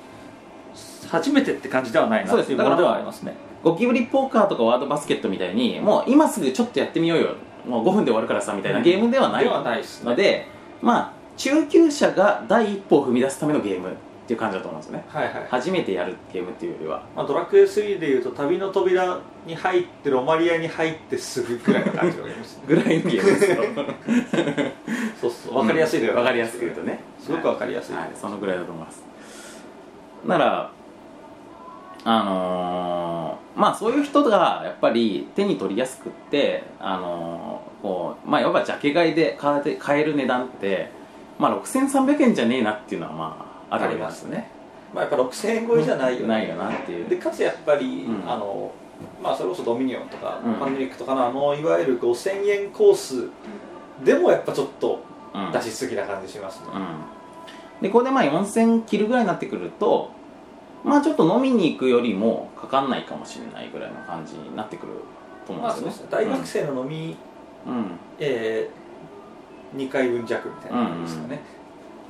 初めてって感じではないなそうでっすていうだもからのではありますねゴキブリポーカーとかワードバスケットみたいにもう今すぐちょっとやってみようよもう5分で終わるからさみたいなゲームではない、ではないですねので、まあ、中級者が第一歩を踏み出すためのゲームっていう感じだと思うんですよねはいはい、初めてやるゲームっていうよりはまあ、ドラクエ3でいうと旅の扉に入ってロマリアに入ってすぐぐらいの感じがあ りますねぐらいのゲームですよそうそう分かりやすいで分かりやすく言うとねすごく分かりやすい、はい、そのぐらいだと思いますならあのーまあそういう人がやっぱり手に取りやすくってあのーこうまあいわばジャケ買いで買えて買える値段ってまあ6300円じゃねえなっていうのはまああるわけなんですよねまあ、やっぱ6000円超えじゃないよねないよなっていうでかつやっぱり、うんあのまあそれこそドミニオンとか、うんパンデミックとかのあのいわゆる5000円コースでもやっぱちょっとうん出しすぎな感じしますね、うん、でこれでまあ4000切るぐらいになってくるとまあちょっと飲みに行くよりもかかんないかもしれないぐらいの感じになってくると思まあうんそうでですすよねね、大学生の飲み、うん、うんえー、2回分弱みたいな感じですかね、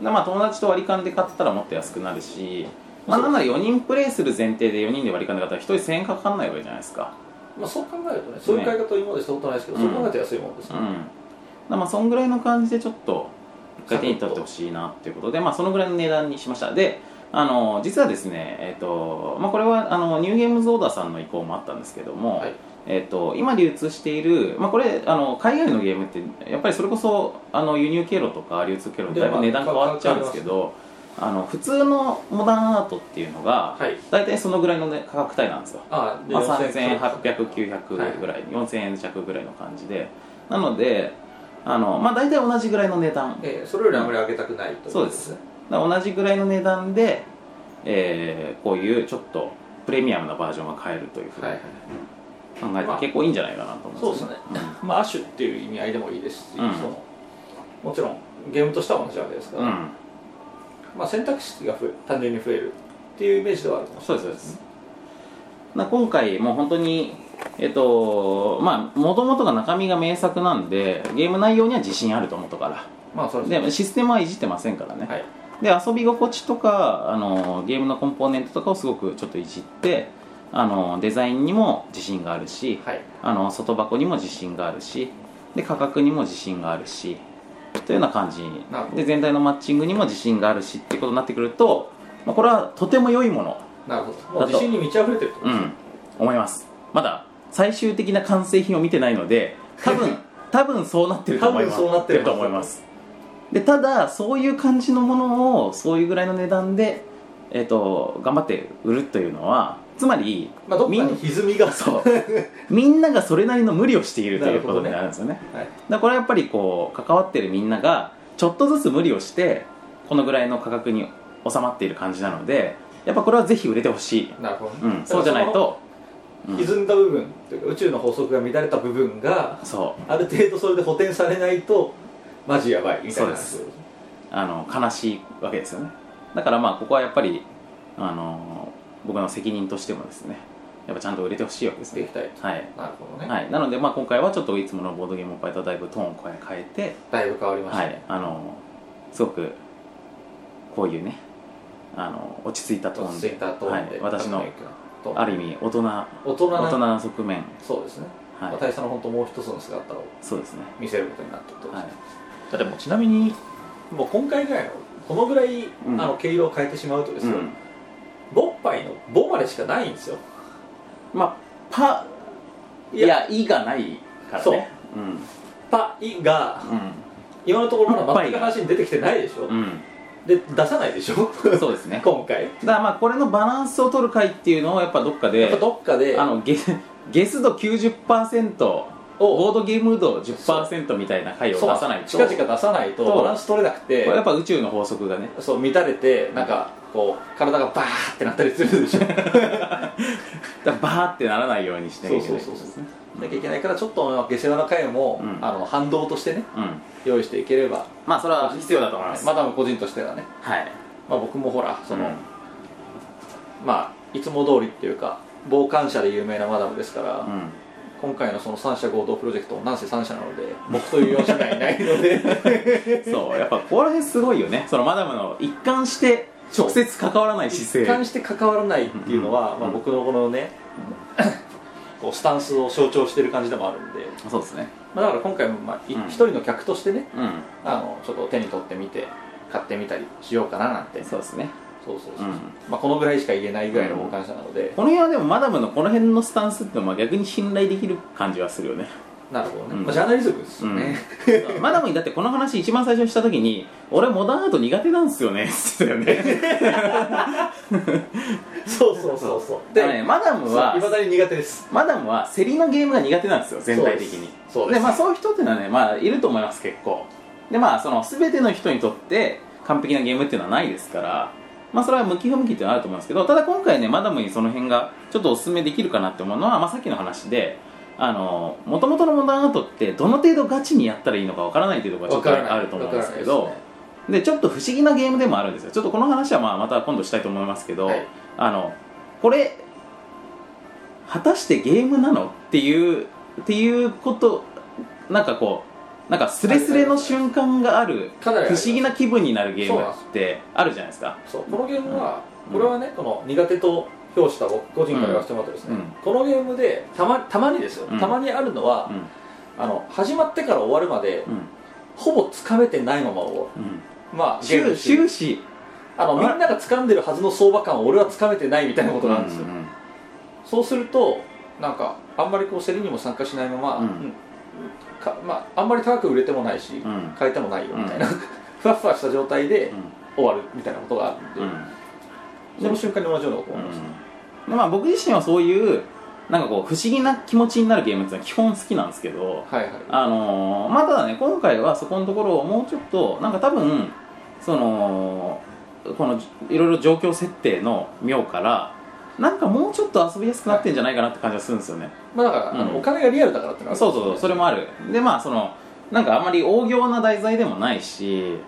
でまあ友達と割り勘で買ったらもっと安くなるしまあ、なんなら4人プレイする前提で4人で割り勘で買ったら1人1000円かかんないわけじゃないですかまあ、そう考えるとねそういう買い方は今までしたことないですけど、ねそう考えると安いもんですうね、んだからまあそんぐらいの感じでちょっと一回手に取ってほしいなっていうことでまあそのぐらいの値段にしましたであの実はですねえっ、とまあこれはあのニューゲームズオーダーさんの意向もあったんですけども、はいえっと今流通している、まあ、これあの海外のゲームってやっぱりそれこそあの輸入経路とか流通経路でだいぶ値段変わっちゃうんですけどあの普通のモダンアートっていうのがはい大体そのぐらいの、ね、価格帯なんですよああでまあ、 4800 3800900900ぐらい、4000円弱ぐらいの感じでなのであの、まあ、大体同じぐらいの値段えーそれよりあまり上げたくないといそうですだから同じぐらいの値段で、えーこういうちょっとプレミアムなバージョンが買えるというふうはいにはい考えて、まあ結構いいんじゃないかなと思そううんですよね、まあ亜種っていう意味合いでもいいですし、うんそのもちろんゲームとしては同じわけですから、うんまあ、選択肢が増え単純に増えるっていうイメージではあるかもしそうですそうですな今回もう本当にえっとまあもともとが中身が名作なんでゲーム内容には自信あると思ったからまあそうでシステムはいじってませんからね、はいで遊び心地とかあのゲームのコンポーネントとかをすごくちょっといじってあのデザインにも自信があるし、はいあの外箱にも自信があるしで価格にも自信があるしというような感じなるほどで全体のマッチングにも自信があるしってことになってくると、まあ、これはとても良いもの、なるほどもう自信に満ち溢れてるってことうですん、思いますまだ最終的な完成品を見てないので多 分多分そうなってると思います多分そうなってるはずと思いますでただそういう感じのものをそういうぐらいの値段で、えっと頑張って売るというのはつまり、まあ、どっかみんに歪みが そうみんながそれなりの無理をしているということになるんですよねはい、だからこれはやっぱりこう関わってるみんながちょっとずつ無理をしてこのぐらいの価格に収まっている感じなのでやっぱこれはぜひ売れてほしい、なるほどね、うん、そうじゃないと、うん歪んだ部分というか宇宙の法則が乱れた部分がそうある程度それで補填されないとマジやばいみたいなそうあの悲しいわけですよねだからまあここはやっぱりあの僕の責任としてもですねやっぱちゃんと売れてほしいわけですしていねきたいはい、なるほどね、はい、なのでまあ今回はちょっといつものボードゲームパイとはだいぶトーンを変え変えてだいぶ変わりましはたいね、、あのすごくこういうねあの落ち着いたちトょっーとンツイでッタートーンで、はい私のトーンある意味大人大大人な人の側面そうですね、はい、まあ大佐の本当もう一つの姿をそうですね見せることになったと、はいだってもうちなみにもう今回ぐらいのこのぐらい、うんあの毛色を変えてしまうとですうよ、んボッパイの「ボ」までしかないんですよまあパいや「い」がないからねそううん「パ」「イ」がう今のところまボッだパ全イく話に出てきてないでしょ、ん、うんで出さないでしょ そうですねだか今回らまあこれのバランスを取る回っていうのをやっぱどっかやっでぱどっかであのゲゲス度90%ボードゲーム度10%みたいな回を出そうさないと近々出さないとそうバランス取れなくてこれやっぱ宇宙の法則がねそう乱れてなんかこう体がバーってなったりするでしょだからバーってならないようにしなきゃいけないそうそうそうですねなきゃいけないからちょっと下世話な回も、うんあの反動としてねうん用意していければまあそれは必要だと思いますマダム個人としてはね、はいまあ、僕もほらそその、のまあいつも通りっていうか傍観者で有名なマダムですから、うん今回のその三者合同プロジェクトもなんせ3社なので僕という4社がいない のでそうやっぱここら辺すごいよねそのマダムの一貫して直接関わらない姿勢一貫して関わらないっていうのは、うんまあ、僕のこのね、こうスタンスを象徴してる感じでもあるんで、そうですねまあ、だから今回もまあい一、うん人の客としてねうんあのちょっと手に取ってみて買ってみたりしようかななんてそうそうですねそうそうそう、うんまあ、このぐらいしか言えないぐらいの傍観者なので、この辺はでもマダムのこの辺のスタンスってのは逆に信頼できる感じはするよ ねなるほどね、うんまあ、ジャーナリズムですよね、マダムにだってこの話一番最初にした時に「俺モダンアート苦手なんすよね」って言ってたよね そうそうそ うそうでで、もねマダムはいまだに苦手ですマダムは競りのゲームが苦手なんですよ全体的にそうですそうでですまあそういう人っていうのはねまあいると思います結構でまあその全ての人にとって完璧なゲームっていうのはないですからまあそれは向き不向きっていうのはあると思うんですけどただ今回ねマダムにその辺がちょっとおすすめできるかなって思うのは、まあ、さっきの話であの元々のモダンアートってどの程度ガチにやったらいいのかわからないっていうところがわちょっからないとあると思うんですけわどからないででちょっと不思議なゲームでもあるんですよちょっとこの話はまあまた今度したいと思いますけど、はいあのこれ果たしてゲームなのっていうっていうことなんかこうなんかスレスレの瞬間があるかなりあり不ます思議な気分になるゲームそうなんですってあるじゃないですかそうこのゲームは、うんこれはねこの苦手と評した僕個人から言わせてもらうとですね、うんこのゲームでたまたまにですよ、うんたまにあるのはう、んあの始まってから終わるまで、うんほぼつかめてないままをうんまあゲーム終してる終始あのみんなが掴んでるはずの相場感を俺はつかめてないみたいなことなんですよ、うんうんそうするとなんかあんまりこう競りにも参加しないまま、うんうんかまあ、あんまり高く売れてもないし、うん買えてもないよみたいな、 ふわふわした状態で終わるみたいなことがあって、うんうんその瞬間に同じようなことが起こりました、でまあ、僕自身はそういうなんかこう不思議な気持ちになるゲームっていうのは基本好きなんですけどはいはいあのーまあただね今回はそこのところをもうちょっとなんか多分そのこのいろいろ状況設定の妙からなんかもうちょっと遊びやすくなってんじゃないかなって感じがするんですよね、まあだから、あうんのお金がリアルだからってのはそうそうそうそれもあるでまあそのなんかあんまり大行な題材でもないし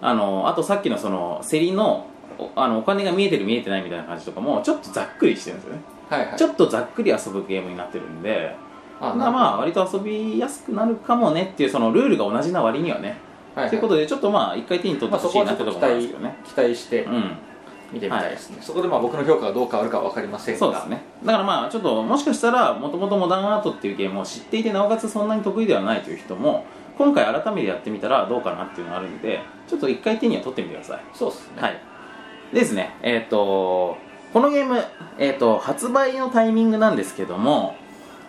あのあとさっきのその競りのおあのお金が見えてる見えてないみたいな感じとかもちょっとざっくりしてるんですよね、はいはいちょっとざっくり遊ぶゲームになってるんであまあまあ割と遊びやすくなるかもねっていうそのルールが同じな割にはねはいはいということでちょっとまあ一回手に取ってまあ、そほしこいはちなょっっとてと期ころなんです待けどね期待してうん見てみたいですね、そこでまあ僕の評価がどう変わるかは分かりませんがそうですねだからまあちょっともしかしたらもともとモダンアートっていうゲームを知っていてなおかつそんなに得意ではないという人も今回改めてやってみたらどうかなっていうのがあるんでちょっと一回手には取ってみてくださいそうですね、はいでですねえっ、とこのゲーム、えー、と発売のタイミングなんですけども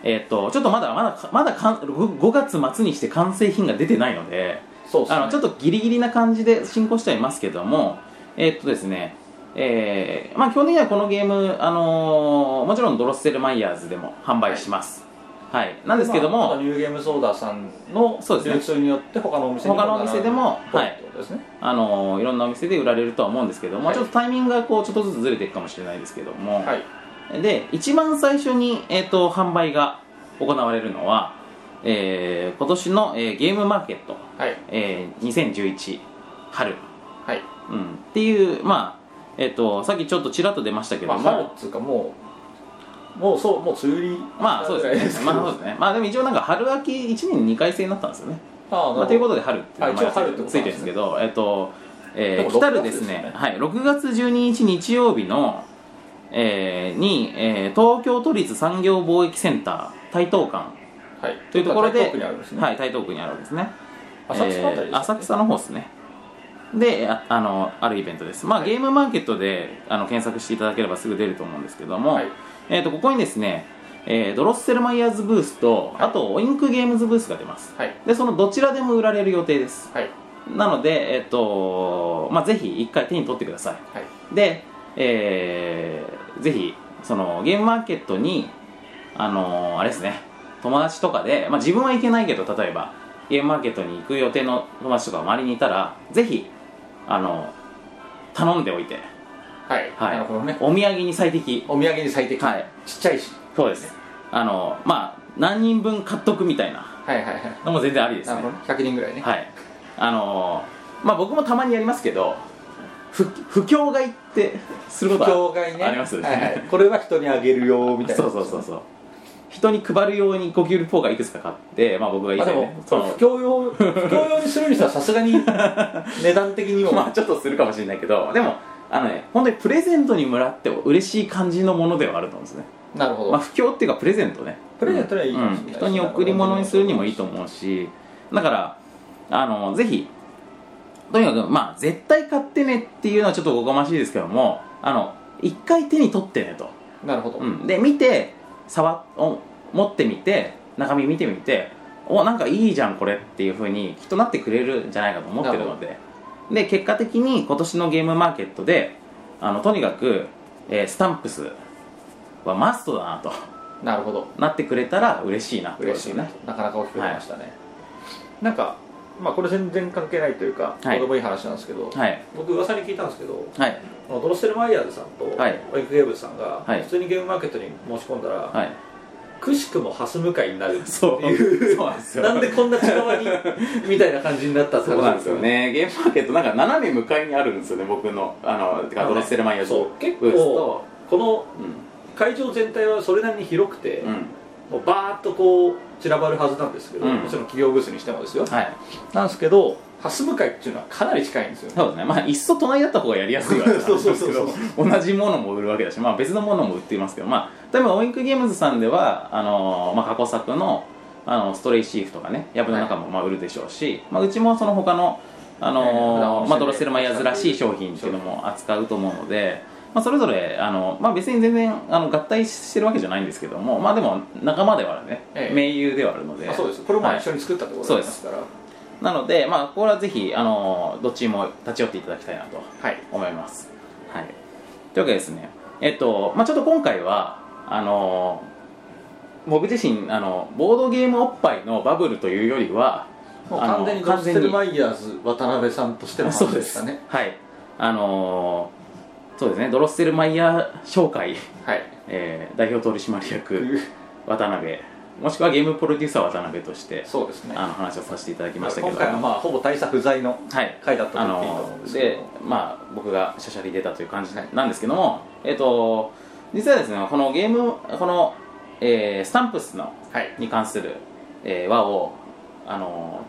えっ、とちょっとまだまだまだかん5月末にして完成品が出てないのでそうですねあのちょっとギリギリな感じで進行してはいますけども、えーっとですね、えーまあ、基本的にはこのゲーム、あのーもちろんドロッセルマイヤーズでも販売します。はい、なんですけどまあも、まだニューゲームソーダさんのそうですね流通によって他のお店にも他のお店でも並ぶということですね、あのーいろんなお店で売られるとは思うんですけども、はいちょっとタイミングがこうちょっとずつずれていくかもしれないですけども、はいで一番最初に、えーっと販売が行われるのは、えー今年の、えーゲームマーケット、はいえー2011春。はいうん、っていうまあえっ、とさっきちょっとちらっと出ましたけどまあも、春っまつうかもうもうそうもう梅雨入りあ、そうですね ままああそうですねまあでも一応なんか春秋1年に2回制になったんですよね、あまあ、ということで春っていう名前あ一応春ってことなんですついねてるんですけどえっ、と、えでもー、来たる6で月ですすねねはい、6月12日日曜日の、えーに、えー東京都立産業貿易センター台東館はいというところで台東区にあるんですね、はい、台東区にあるわけですね浅草あたりですかねえー浅草の方ですねでああのあるイベントです、まあ、ゲームマーケットであの検索していただければすぐ出ると思うんですけども、はいえー、とここにですね、えードロッセルマイヤーズブースと、はあいとインクゲームズブースが出ますはいでそのどちらでも売られる予定ですはいなので、えーとまあ、ぜひ一回手に取ってくださいはいで、えーぜひそのゲームマーケットにあのーあれですね友達とかで、まあ、自分は行けないけど例えばゲームマーケットに行く予定の友達とか周りにいたらぜひあの頼んでおいて、はいはい、なるほどねお土産に最適お土産に最適、はいちっちゃいしそうですあのまあ何人分買っとくみたいなはいはいはいのも全然ありですなねるほどね100人ぐらいね、はいあのーまあ僕もたまにやりますけど不不況買いってすることは教会ねありますよね、はいはい、これは人にあげるよみたいなそうそうそうそう人に配るようにゴキブリポーカーいくつか買ってまあ僕が言まいあたでいもね、そそのの不況用、不況用にするにはさすが に値段的にも、まあちょっとするかもしれないけどでもあのね本当にプレゼントにもらっても嬉しい感じのものではあると思うんですねなるほど、まあ不況っていうかプレゼントねプレゼントにはいいかもしれないうん人に贈り物にするにもいいと思うしだからあのぜひとにかくまあ絶対買ってねっていうのはちょっとおこがましいですけどもあの一回手に取ってねとなるほど、うん、で見て触っお持ってみて中身見てみておなんかいいじゃんこれっていうふうにきっとなってくれるんじゃないかと思ってるのでで結果的に今年のゲームマーケットであのとにかく、えースタンプスはマストだなとなるほどなってくれたら嬉しいなってことで嬉すしよいなねとなかなか大きくなりましたね、なんかまあこれ全然関係ないというか、はいどうでもいい話なんですけど、はい僕噂に聞いたんですけどはいあのドロッセルマイヤーズさんとはいオインクゲーブズさんがはい普通にゲームマーケットに申し込んだら、はいくしくもハス向かいになるそうってい うそうなんですよなんでこんな 近場にみたいな感じになったってそ話うなんですよねゲームマーケットなんか斜め向かいにあるんですよね僕のあのてかドロッセルマイヤーズそう結ブース構とこのう会場全体はそれなりに広くて、んうんもうバーッとこう散らばるはずなんですけど、うんもちろん企業ブースにしてもですよはいなんですけど蓮向かいっていうのはかなり近いんですよねそうですねまあいっそ隣だった方がやりやすいわけなんです そうそうけそうど同じものも売るわけだし、まあ、別のものも売っていますけどまあ例えばオインクゲームズさんではあのーまあ、過去作のあのストレイシーフとかねやぶの中もまあ売るでしょうし、まあ、うちもその他のあええ普段のーお店でまあ、ドロッセルマイヤーズらしい商品っていうのも扱うと思うので、まあ、それぞれあの、まあ、別に全然あの合体してるわけじゃないんですけどもまあでも仲間ではあるね、ええ盟友ではあるのであそうですこれもはい一緒に作ったってことになりますからはなので、まあ、これはぜひあのーどっちも立ち寄っていただきたいなとい思います。はい、というわけでですね、えっとまあ、ちょっと今回はあのー僕自身あのボードゲームおっぱいのバブルというよりはもうあの完全にドッセルマイヤーズ渡辺さんとしてのそう話でですすかねはいあのーそうですねドロッセルマイヤー商会、はいえー代表取締役渡辺もしくはゲームプロデューサー渡辺としてそうですねあの話をさせていただきましたけど今回はまあほぼ大差不在のはい回だったとあ言っていいと思のうんですけでどまあ僕がしゃしゃり出たという感じなんですけども、えっ、と実はですねこのゲームこの、えースタンプスのはいに関する、えー、和をあの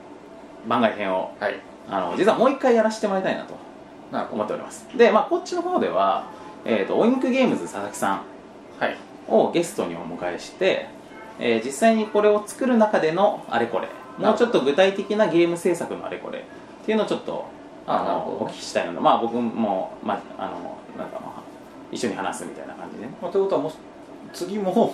番外編をはいああの実はもう一回やらせてもらいたいなとなるほ思どっておりますで、まあ、こっちの方では、えー、とオインクゲームズ佐々木さんはいをゲストにお迎えして、えー実際にこれを作る中でのあれこれもうちょっと具体的なゲーム制作のあれこれっていうのをちょっとああなるほのどねお聞きしたいので、まあ、僕も、まあ、あのなんかまあ一緒に話すみたいな感じでねまあ、ということはもう次も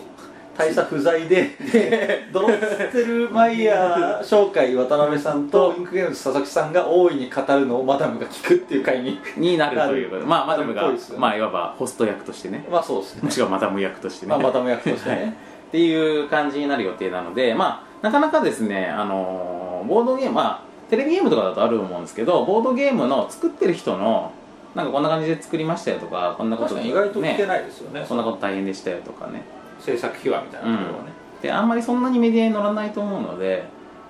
大佐不在 でドロッセルマイヤー紹介渡辺さんとインクゲームズ佐々木さんが大いに語るのをマダムが聞くっていう 回にになるということで、まあ、マなダるムながるっぽいですよ、ねまあ、いわばホスト役としてねまあそうですねもしくはマダム役としてね、 まあマダム役としてね、はいっていう感じになる予定なので、まあ、なかなかですね、あのーボードゲーム、まあ、テレビゲームとかだとあると思うんですけど、ボードゲームの作ってる人の、なんかこんな感じで作りましたよとか、こんなこと確かに意外と聞けね、ないですよねこんなこと大変でしたよとかね、制作秘話みたいなところはね、であんまりそんなにメディアに乗らないと思うので、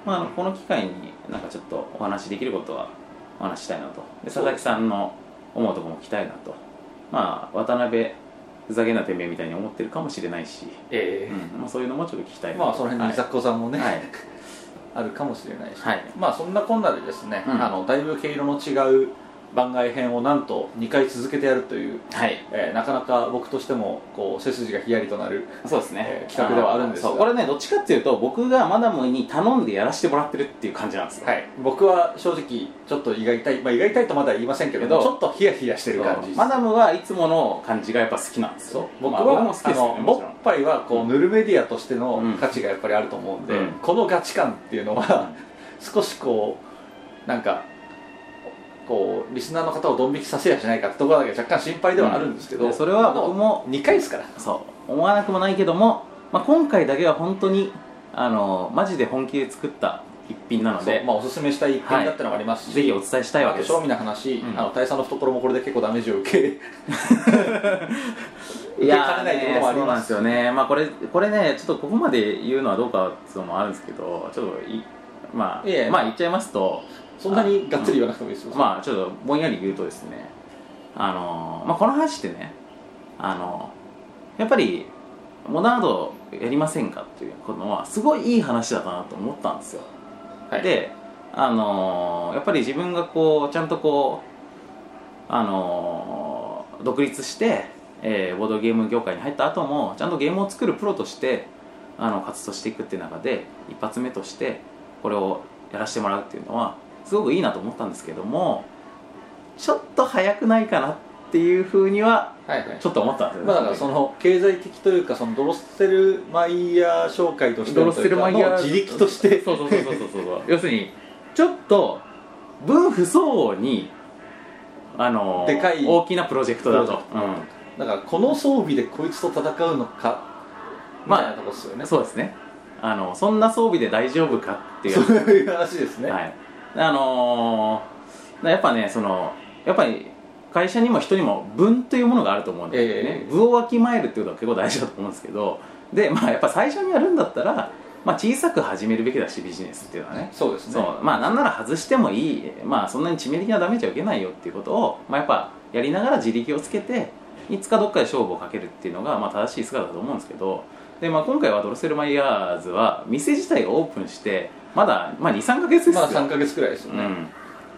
まあ、この機会になんかちょっとお話しできることはお話ししたいなとで佐々木さんの思うところも聞きたいなとまあ渡辺ふざけんなてめえみたいに思ってるかもしれないし、えうんまあ、そういうのもちょっと聞きたいなとまあその辺に雑魚さんもね、はい、はい あるかもしれないし、はいまあそんなこんなでですね、うんあのだいぶ毛色の違う番外編をなんと2回続けてやるという、はいえーなかなか僕としてもこう背筋がヒヤリとなるそうですね、えー企画ではあるんですがそうこれねどっちかっていうと僕がマダムに頼んでやらせてもらってるっていう感じなんですよ、はい、僕は正直ちょっと胃が痛い、まあ、胃が痛いとまだ言いませんけどけどちょっとヒヤヒヤしてる感じですマダムはいつもの感じがやっぱ好きなんですそよう僕は、まあも好きですあよのねもおちろんっぱいはこううんぬるメディアとしてのうん価値がやっぱりあると思うんうで、んこのガチ感っていうのは少しこうなんかこうリスナーの方をドン引きさせやしないかってところだけ若干心配ではあるんですけど、うんでそれは僕も2回ですからそう思わなくもないけども、まあ、今回だけは本当にあのマジで本気で作った一品なのそうで、まあ、おすすめしたい一品だったのもありますし、ぜひお伝えしたいわけあでとす正味な話、うんあの大佐の懐もこれで結構ダメージを受け受けかねないところもありそうなんまですすよね、まあ、これこれねちょっとここまで言うのはどうかっていうのもあるんですけどちょっといまあいえいえまあ言っちゃいますとそんなにがっつり言わなくてもいいですよ、まあちょっとぼんやり言うとですねあの、まあ、この話ってねあのやっぱりモダンアートやりませんかっていうのはすごいいい話だったなと思ったんですよ、はいであのやっぱり自分がこうちゃんとこうあの独立して、えーボードゲーム業界に入った後もちゃんとゲームを作るプロとしてあの活動していくっていう中で一発目としてこれをやらせてもらうっていうのはすごくいいなと思ったんですけどもちょっと早くないかなっていうふうにははいはいちょっと思ったんですよねまあ、だからその経済的というかそのドロッセルマイヤー紹介としてドロッセルマイヤーの自力としてそうそうそうそうそうそう 要するにちょっと分不相応にあのでかい大きなプロジェクトだプロとジ、だからこの装備でこいつと戦うのかみまあたいなとこですようね、ん、そうですねあのそんな装備で大丈夫かっていうそういう話ですね、はい、あのーやっぱねそのやっぱり会社にも人にも分というものがあると思うんですよね、ええ分をわきまえるっていうことは結構大事だと思うんですけどでまあやっぱ最初にやるんだったら、まあ、小さく始めるべきだしビジネスっていうのはねそうですねそうまあなんなら外してもいい、まあ、そんなに致命的なダメージは受けないよっていうことを、まあ、やっぱやりながら自力をつけていつかどっかで勝負をかけるっていうのが、まあ、正しい姿だと思うんですけどで、まあ、今回はドロセルマイヤーズは店自体がオープンしてまだ、まあ、23か月ですよ、まだ3か月くらいですよね、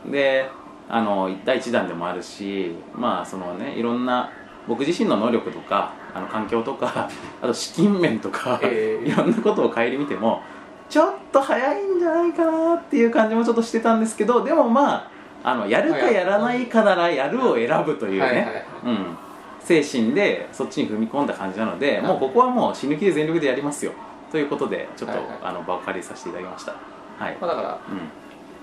うん、であの第1弾でもあるしまあそのねいろんな僕自身の能力とかあの環境とか あと資金面とか、ええいろんなことを顧みてもちょっと早いんじゃないかなっていう感じもちょっとしてたんですけどでもまああのやるかやらないかならやるを選ぶというね、はいはいはいうん、精神でそっちに踏み込んだ感じなので、もうここはもう死ぬ気で全力でやりますよということでちょっと、はいはいあの場を借りさせていただきましたはい、まあ、だからうん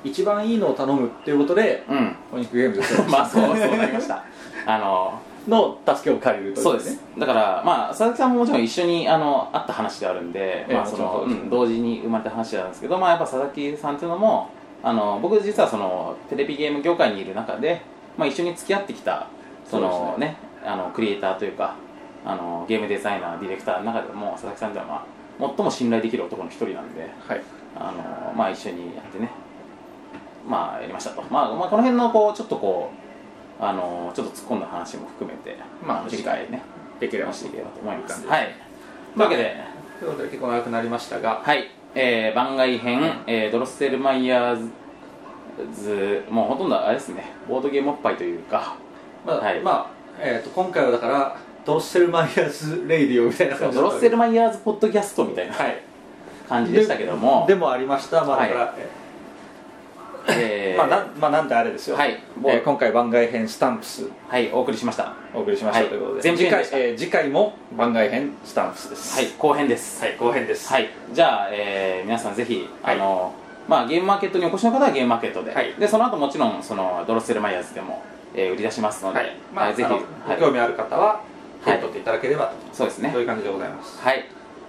一番いいのを頼むっていうことでうん、お肉ゲームですよ まあそうそうなりましたあのの助けを借りるといそうですねだからまあ佐々木さんももちろん一緒にあの会った話ではあるんで、ええまあ、そのもちろんそうですうん同時に生まれた話ではあるんですけど、まあ、やっぱ佐々木さんっていうのもあの僕実はそのテレビゲーム業界にいる中で、まあ、一緒に付き合ってきたそそのうねあのクリエイターというかあのゲームデザイナーディレクターの中でも佐々木さんっていうのは、まあ、最も信頼できる男の一人なんではいあのまあ一緒にやってねまあやりましたと、まあ、まあこの辺のこうちょっとこうあのちょっと突っ込んだ話も含めてまあ次回ねできれやらばせしてていいけけれればばとと思思いまいますすはいというわけでということで結構長くなりましたがはい、えー番外編、えードロッセルマイヤーズずもうほとんどあれですねボードゲームおっぱいというかまあ、はいまあえー、と今回はだからドロッセルマイヤーズ・レイディオみたいなド感じロッセルママイヤーズポッドキャストみたいなはい感じでしたけどもでもありましたまあだから、はえーまあ、なんまあなんてあれですよ、はいえー今回番外編スタンプスはいお送りしましたはお送りしました、はいということで前編次回でしたえー次回も番外編スタンプスですい後編ですはい後編ですはい、じゃあ、えー皆さんぜひ、はいあのまあ、ゲームマーケットにお越しの方はゲームマーケットで,、はいでその後もちろんそのドロッセルマイヤーズでも、えー売り出しますので、はいまあ、はいぜひあのご興はい、味ある方は手はいに取っていただければと、そうですねそういう感じでございますはい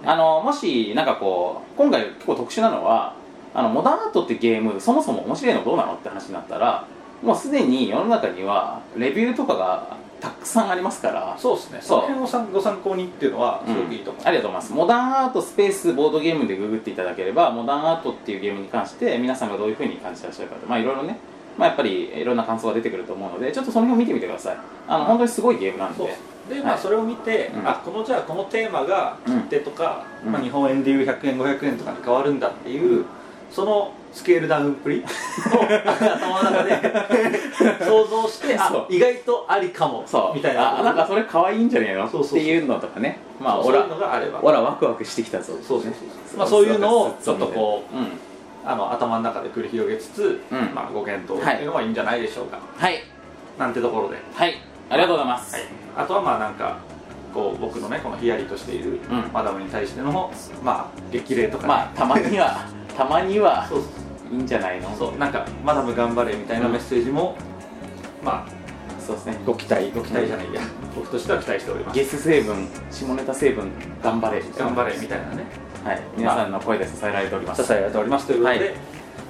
あのもしなんかこう今回結構特殊なのはあのモダンアートってゲームそもそも面白いのどうなのって話になったらもうすでに世の中にはレビューとかがたくさんありますからそうですねそうその辺をさんご参考にっていうのはすごくいいと思う、んありがとうございますモダンアートスペースボードゲームでググっていただければモダンアートっていうゲームに関して皆さんがどういうふうに感じてらっしゃるかってまあいろいろねまあやっぱりいろんな感想が出てくると思うのでちょっとその辺を見てみてくださいあの本当にすごいゲームなんでそうでまはあいそれを見て、うんあこのじゃあこのテーマがうん切手とか、うんまあ、日本円でいう100円500円とかに変わるんだっていう、そのスケールダウン っぷりを頭の中で想像してそうあ意外とありかもそうみたいなあなんかそれ可愛いんじゃねえのそうそうそうっていうのとかねまあそうオそういラうのがあればオラワクワクしてきたぞそうそうそうまあそういうのをちょっとこう、うん、あの頭の中で繰り広げつつ、うんまあ、ご検討っていうのはいいんじゃないでしょうか、はいなんてところで、ははい、いありがとうございます、あとはまあなんかこう僕のねこのヒヤリとしているうんマダムに対しての、まあ激励とかね、まあたまにはたまにはそうそうそういいんじゃないのそうなんか「マダム頑張れ」みたいなメッセージも、まあそうですねご期待ご期待じゃないや、僕としては期待しておりますゲス成分下ネタ成分頑張れ頑張れみたいなねはい皆さんの声で支えられております支えられておりますということで、はい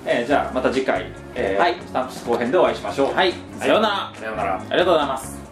えーじゃあまた次回、えーはいスタンプス後編でお会いしましょうはいさようならさようならありがとうございます